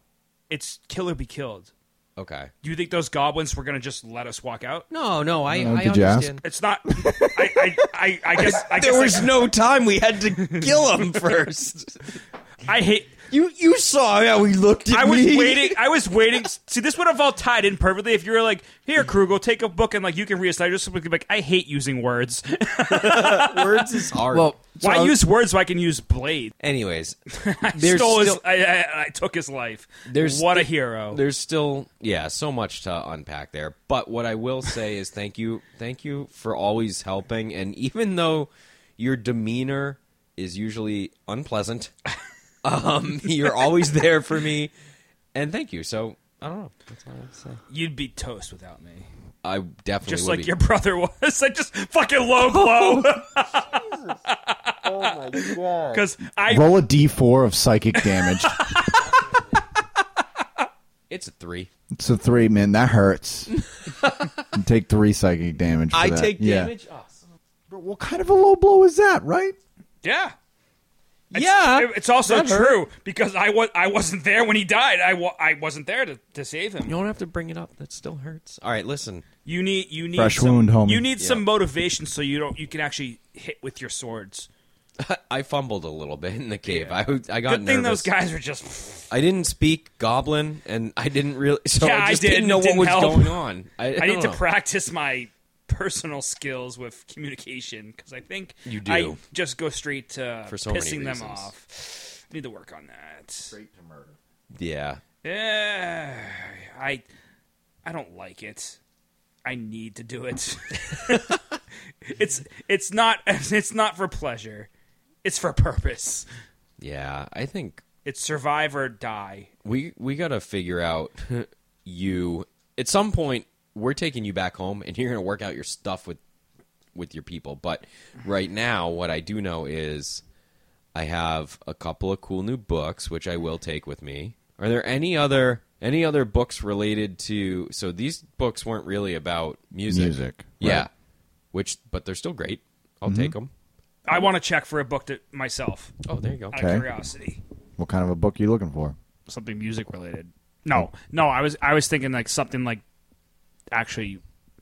C: it's kill or be killed.
B: Okay.
C: Do you think those goblins were going to just let us walk out?
B: No, no, I,
A: Uh,
B: I
A: did you ask?
B: understand.
C: It's not. I, I, I, I guess. I guess
B: There was
C: I,
B: no time. We had to kill him first.
C: I hate.
B: you you saw how he looked at
C: I was
B: me.
C: waiting. I was waiting. See, this would have all tied in perfectly if you were like, "Here,
B: Mm.
C: Krugel, take a book and like you can reassign." Just be like, "I hate using words.
B: Words is hard.
E: Well,
C: Why use words when I can use blade?"
B: anyways,
C: I
B: there's
C: stole his,
B: still,
C: I, I, I took his life.
B: There's
C: what a
B: sti-
C: hero.
B: there's still yeah, so much to unpack there. But what I will say is thank you, thank you for always helping. And even though your demeanor is usually unpleasant, um, you're always there for me. And thank you. So I don't know. That's all I have to say.
C: You'd be toast without me,
B: I definitely
C: just
B: would be.
C: like your brother was. I just fucking low blow
F: Oh my god.
C: because I
A: Roll a d4 of psychic damage.
B: It's a three.
A: it's a three, man. That hurts. You take three psychic damage. for
B: I
A: that.
B: take
A: Yeah.
B: damage. Oh,
A: Bro, What kind of a low blow is that, right?
C: yeah. It's,
B: yeah,
C: it- it's also
B: that hurt.
C: true because I was I wasn't there when he died. I wa- I wasn't there to, to save him.
B: You don't have to bring it up. That still hurts. All right, listen.
C: You need you need
A: Fresh
C: some,
A: wound, homie.
C: You need some motivation so you don't you can actually hit with your swords.
B: I fumbled a little bit in the cave. I I got
C: Good thing
B: nervous.
C: those guys are just.
B: I didn't speak Goblin, and I didn't really. So
C: Yeah, I
B: I just
C: did.
B: did. not know
C: It didn't
B: what was
C: help.
B: going on. I,
C: I,
B: don't
C: need to
B: know.
C: practice my personal skills with communication because I think
B: You do.
C: I just go straight to
B: For so many
C: pissing them
B: reasons.
C: off. Need to work on that.
B: Yeah,
C: Yeah, I I don't like it. I need to do it. it's it's not it's not for pleasure. It's for purpose.
B: yeah. I think
C: It's survive or die.
B: we we gotta figure out you at some point. We're taking you back home, and you're gonna work out your stuff with with your people. But right now, what I do know is I have a couple of cool new books, which I will take with me. Are there any other any other books related to? So these books weren't really about music.
A: Music,
B: yeah.
A: right. Mm-hmm.
B: Which, but they're still great. I'll take 'em.
C: I want to check for a book to myself
B: take them. Oh, there you go.
C: out
A: Okay.
C: of curiosity.
A: What kind of a book are you looking for?
C: Something music related. No, no, I was I was thinking like something like actually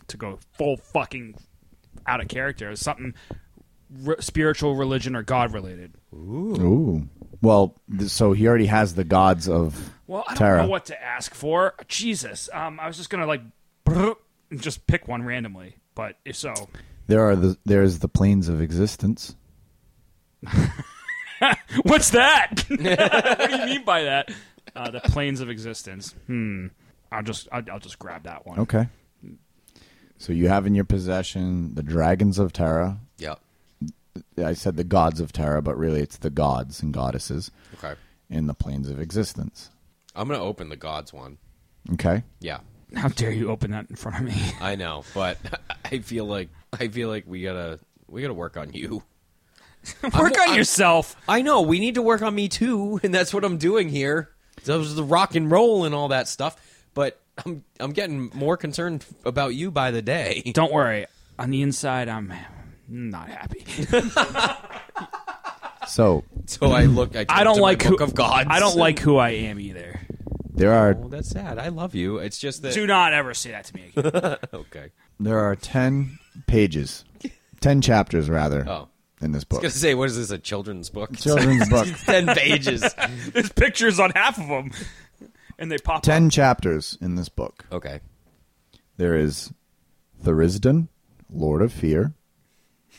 C: to go full fucking out of character. Something re- spiritual, religion, or God related.
A: Ooh. Well, th- so he already has the gods of
C: Well, I don't
A: Tara.
C: know what to ask for. Jesus, um, I was just gonna like and just pick one randomly. But if so,
A: There are the there's the planes of existence.
C: what's that? what do you mean by that? Uh, the planes of existence. Hmm. I'll just I'll, I'll just grab that one.
A: Okay. So you have in your possession the dragons of Terra.
B: Yep.
A: I said the gods of Terra, but really it's the gods and goddesses
B: Okay.
A: in the planes of existence.
B: I'm gonna open the gods one.
A: Okay.
B: Yeah,
C: How dare you open that in front of me?
B: I know, but I feel like I feel like we gotta we gotta work on you.
C: Work on
B: I'm-
C: yourself.
B: I know we need to work on me too, and that's what I'm doing here. That was the rock and roll and all that stuff, but I'm I'm getting more concerned about you by the day.
C: Don't worry. On the inside, I'm not happy.
A: So
B: So I look. I,
C: I don't like
B: book
C: who
B: of gods.
C: I don't like who I am either.
A: there are
B: Well, that's sad. I love you. It's just that.
C: Do not ever say that to me again.
B: Okay.
A: there are 10 pages. 10 chapters rather.
B: Oh.
A: In this
B: I was
A: book.
B: gonna say, what is this? A children's book? It's
A: Children's book.
B: Ten pages.
C: There's pictures on half of them, and they pop. up.
A: 10 chapters in this book.
B: Okay.
A: There is Thurisdan, Lord of Fear,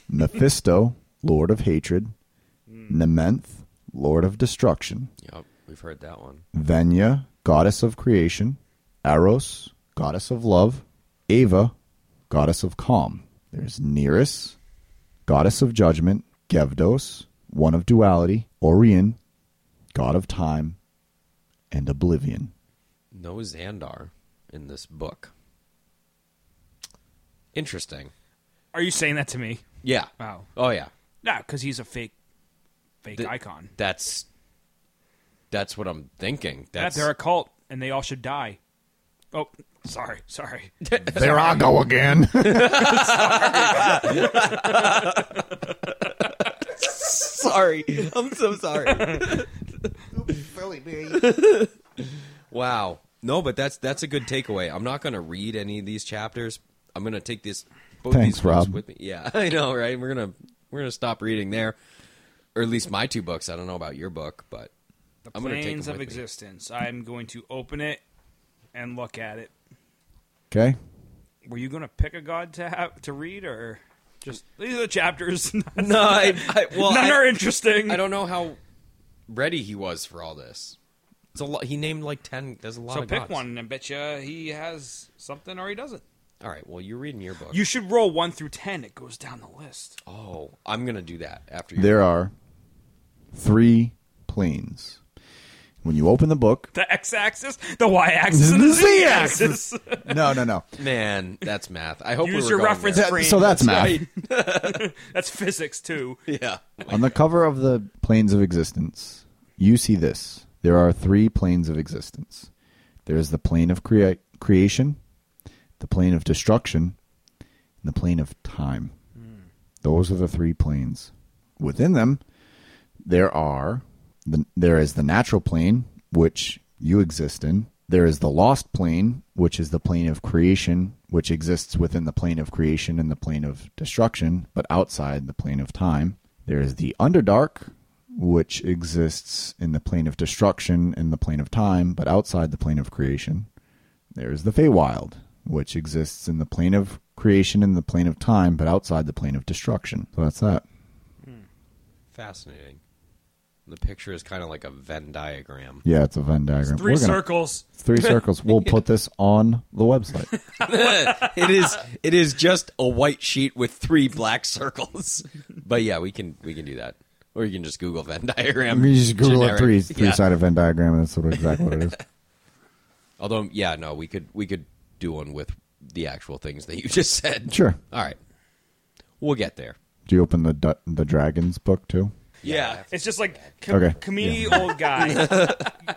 A: Mephisto, Lord of Hatred, Nementh, Lord of Destruction,
B: Yep. We've heard that one.
A: Venya, Goddess of Creation, Eros, Goddess of Love, Ava, Goddess of Calm. There's Nereus, Goddess of Judgment, Gevdos, One of Duality, Orion, God of Time, and Oblivion.
B: No Xandar in this book. Interesting.
C: Are you saying that to me?
B: Yeah.
C: Wow.
B: Oh yeah.
C: No, because he's a fake, fake
B: Th-
C: icon.
B: That's that's what I'm thinking.
C: Yeah,
B: That's
C: they're a cult, and they all should die. Oh, sorry, sorry.
A: There I go again.
B: sorry. I'm so sorry. wow. No, but that's that's a good takeaway. I'm not going to read any of these chapters. I'm going to take this both
A: Thanks,
B: these books
A: Rob.
B: with me. Yeah, I know, right? We're gonna we're gonna stop reading there, or at least my two books. I don't know about your book, but
C: The
B: I'm gonna take
C: planes
B: them
C: of
B: with me.
C: existence. I'm going to open it and look at it.
A: Okay.
C: Were you going to pick a god to have to read, or just these are the chapters? None
B: no, I, I well, I,
C: are interesting.
B: I don't know how ready he was for all this. It's a lot. He named like ten. There's a lot
C: So
B: of
C: pick
B: gods.
C: one, and I bet you he has something or he doesn't.
B: All right. Well, you're reading your book.
C: You should roll one through ten. It goes down the list.
B: oh, I'm gonna do that after you.
A: There are three planes. When you open the book,
C: The x-axis, the y-axis, and the z-axis.
A: no, no, no.
B: Man, that's math. I hope
C: Use
B: we were
C: your
B: going
C: reference
B: there.
A: That-
C: frame.
A: so that's math.
C: That's physics too.
B: Yeah.
A: On the cover of the Planes of Existence, you see this. There are three planes of existence. There is the plane of crea- creation, the plane of destruction, and the plane of time. Those are the three planes. Within them, there are the, there is the natural plane, which you exist in. There is the lost plane, which is the plane of creation, which exists within the plane of creation and the plane of destruction, but outside the plane of time. There is the underdark, which exists in the plane of destruction and the plane of time, but outside the plane of creation. There is the Feywild, which exists in the plane of creation and the plane of time, but outside the plane of destruction. So that's that.
B: Fascinating. The picture is kind of like a Venn diagram.
A: Yeah, it's a Venn diagram.
C: Three
A: We're gonna-
C: circles.
A: Three circles. We'll put this on the website.
B: it is. It is just a white sheet with three black circles. But yeah, we can we can do that, or you can just Google Venn diagram.
A: You just Google a
B: Generic.
A: three
B: Yeah.
A: three sided Venn diagram, and that's sort of exactly what it is.
B: Although, yeah, no, we could we could do one with the actual things that you just said.
A: Sure.
B: All right, we'll get there.
A: Do you open the du- the dragons book too?
C: Yeah, it's just like co-
A: Okay.
C: comedy old guy,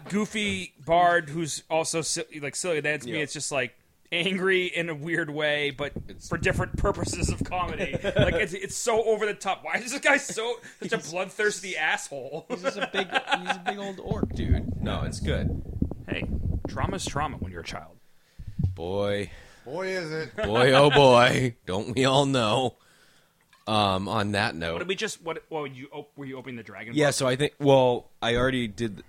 C: goofy bard who's also si- like silly. That's me.
B: Yeah.
C: It's just like angry in a weird way, but for different purposes of comedy. like it's it's so over the top. Why is this guy so such a bloodthirsty asshole?
B: He's just a big he's a big old orc, dude. No, it's good.
C: hey, trauma's trauma when you're a child.
B: Boy, boy, is it? Boy, oh boy! Don't we all know? Um, on that note,
C: What did we just? What? Well, you op- were you opening the dragon?
B: yeah.
C: book?
B: So I think. Well, I already did.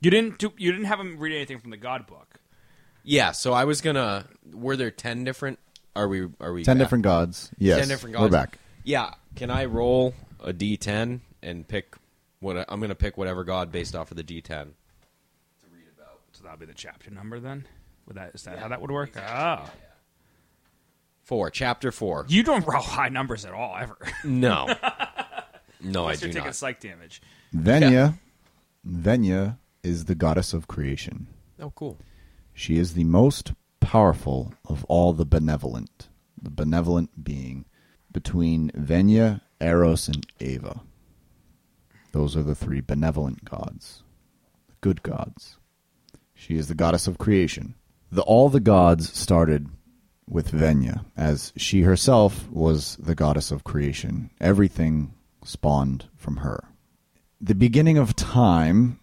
C: You didn't. Do, you didn't have him read anything from the God book.
B: Yeah. So I was gonna. Were there ten different? Are we? Are we?
A: Ten
B: back?
A: different gods. Yes.
B: ten different gods.
A: We're back.
B: Yeah. Can I roll a D10 and pick what I, I'm going to pick whatever god based off of the D10?
C: So that'll be the chapter number then. Would that is that how that would work? Ah.
B: Four, chapter four.
C: You don't roll high numbers at all ever.
B: No, no, I
C: Unless
B: do
C: you're taking
B: not.
C: psych damage.
A: Venya, Venya is the goddess of creation.
B: Oh, cool.
A: She is the most powerful of all the benevolent, the benevolent being between Venya, Eros, and Ava. Those are the three benevolent gods, the good gods. She is the goddess of creation. The, all the gods started with Venya, as she herself was the goddess of creation. Everything spawned from her. The beginning of time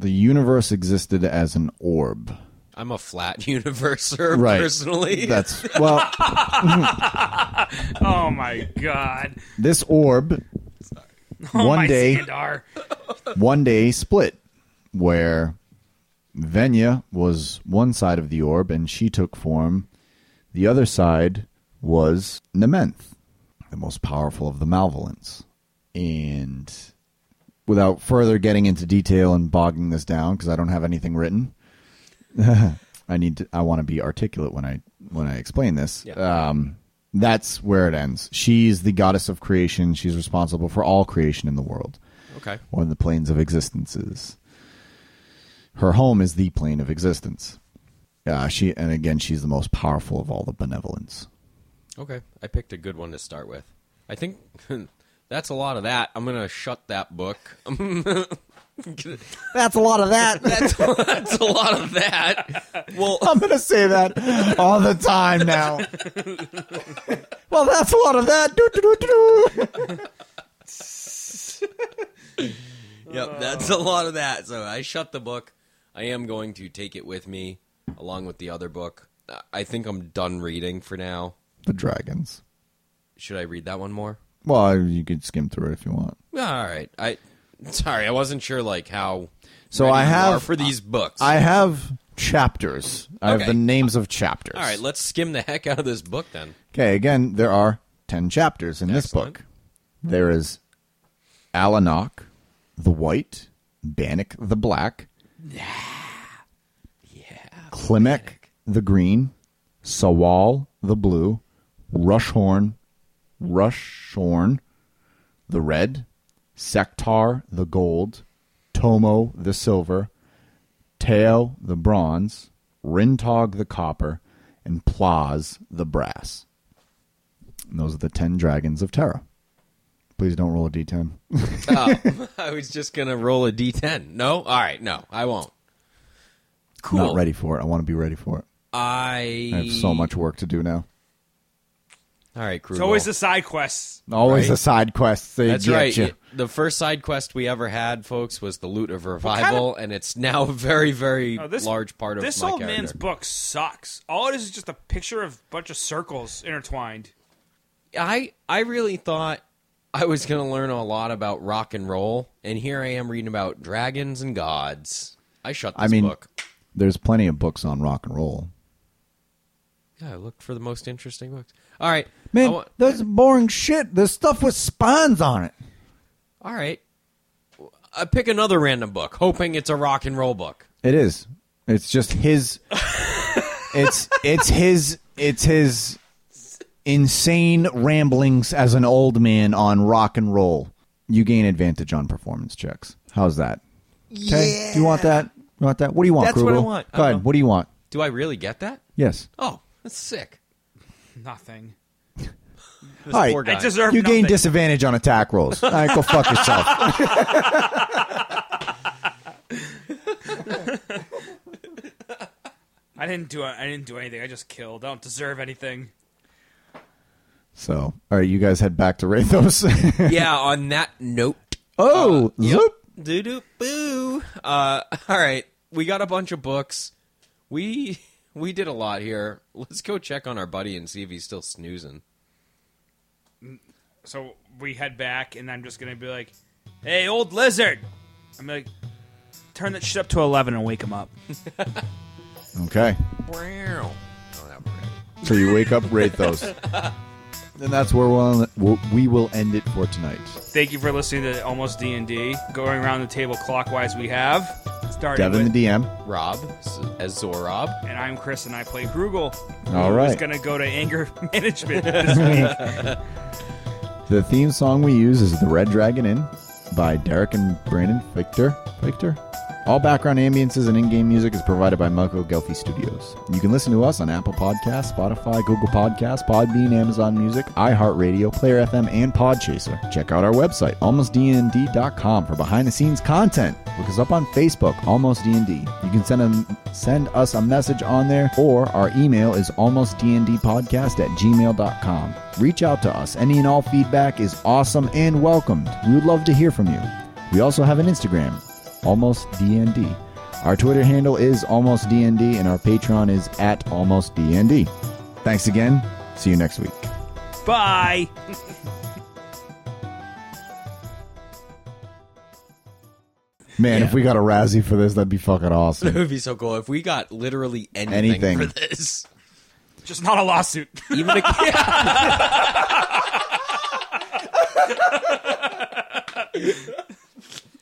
A: the universe existed as an orb.
B: I'm a flat universer personally.
A: That's well.
C: Oh my god.
A: This orb
C: Oh
A: One
C: my
A: day-
C: Xandar.
A: one day split, where Venya was one side of the orb and she took form. The other side was Nementh, the most powerful of the Malvolants. And without further getting into detail and bogging this down, because I don't have anything written, I need to, I want to be articulate when I when I explain this.
B: Yeah.
A: Um, that's where it ends. She's the goddess of creation. She's responsible for all creation in the world
B: okay.
A: or the planes of existences. Her home is the plane of existence. Uh, she and again, she's the most powerful of all the benevolence.
B: Okay. I picked a good one to start with. I think that's a lot of that. I'm going to shut that book.
A: That's a lot of that.
B: that's, that's a lot of that. Well,
A: I'm gonna say that all the time now. well, that's a lot of that. Do, do, do, do, do.
C: Oh.
B: Yep, that's a lot of that. So I shut the book. I am going to take it with me along with the other book. I- I think I'm done reading for now.
A: The dragons.
B: Should I read that one more?
A: Well, you could skim through it if you want.
B: All right. I sorry, I wasn't sure like how
A: So
B: ready
A: I
B: you
A: have-
B: are for these books.
A: I have chapters. I have
B: Okay.
A: the names of chapters.
B: All right, let's skim the heck out of this book then.
A: Okay, again, there are 10 chapters in
B: Excellent.
A: this book. There is Alanok, the White, Bannock, the Black, yeah. Klimek, the Green, Sawal, the Blue, Rushhorn, Rushhorn, the Red, Sektar, the Gold, Tomo, the Silver, Teo, the Bronze, Rintog, the Copper, and Plaz, the Brass. And those are the 10 dragons of Terra. Please don't roll a d10.
B: I was just going to roll a d10. No? All right, no. I won't. Cool. E-
A: Not ready for it. I want to be ready for it.
B: I
A: I have so much work to do now.
B: All right, crew.
C: It's always the side quests.
A: Always
B: Right?
A: the side quests. They
B: That's
A: get
B: right.
A: you.
B: It- The first side quest we ever had, folks, was the loot of revival, and it's now a very, very
C: Oh, this
B: large part of
C: this
B: my
C: old
B: character.
C: man's book sucks. All it is is just a picture of a bunch of circles intertwined.
B: I I really thought I was going to learn a lot about rock and roll, and here I am reading about dragons and gods. I shut this
A: I mean,
B: book.
A: there's plenty of books on rock and roll.
B: Yeah, I looked for the most interesting books. All right, I
A: Man,
B: wa-
A: that's boring shit. There's stuff with spines on it.
B: all right. I pick another random book, hoping it's a rock and roll book.
A: It is. It's just his. it's it's his it's his insane ramblings as an old man on rock and roll. You gain advantage on performance checks. How's that? Okay. Do you want that? You want that? What do you want?
B: That's what I
A: Krugel?
B: want.
A: Go
B: I
A: ahead.
B: know.
A: What do you want?
B: Do I really get that?
A: Yes.
B: Oh, that's sick.
C: Nothing.
B: This
A: All right.
B: poor guy.
C: I deserve
A: you gain
C: nothing.
A: disadvantage on attack rolls. All right, go fuck yourself.
C: I didn't do. I didn't do anything. I just killed. I don't deserve anything.
A: So, all right, you guys head back to Rathos.
B: yeah, on that note, Uh,
A: oh, zoop.
B: doo doo boo. Uh, all right, we got a bunch of books. We we did a lot here. Let's go check on our buddy and see if he's still snoozing.
C: So we head back, and I'm just gonna be like, "Hey, old lizard!" I'm like, "Turn that shit up to 11 and wake him up."
A: Okay. So you wake up Rathos. and that's where we'll, we will end it for tonight.
C: Thank you for listening to Almost D and D. Going around the table clockwise, we have starting
A: Devin
C: with,
A: the DM.
B: Rob S- as Zorob.
C: and I'm Chris, and I play Krugel.
A: All
C: Who's
A: right.
C: gonna go to anger management this week?
A: The theme song we use is The Red Dragon Inn by Derek and Brandon Fichter. Fichter? All background ambiences and in-game music is provided by Mucko Gelfie Studios. You can listen to us on Apple Podcasts, Spotify, Google Podcasts, Podbean, Amazon Music, iHeartRadio, Player FM, and Podchaser. Check out our website, almostdnd.com, for behind-the-scenes content. Look us up on Facebook, Almost D&D. You can send, a, send us a message on there, or our email is almostdndpodcast at gmail.com. Reach out to us. Any and all feedback is awesome and welcomed. We would love to hear from you. We also have an Instagram, Almost DND. Our Twitter handle is Almost DND, and our Patreon is at Almost DND. Thanks again. See you next week.
C: Bye.
A: Man, if we got a Razzie for this, that'd be fucking
B: It
A: awesome.
B: would be so cool if we got literally anything,
A: Anything.
B: for this.
C: Just not a lawsuit.
B: Even a yeah.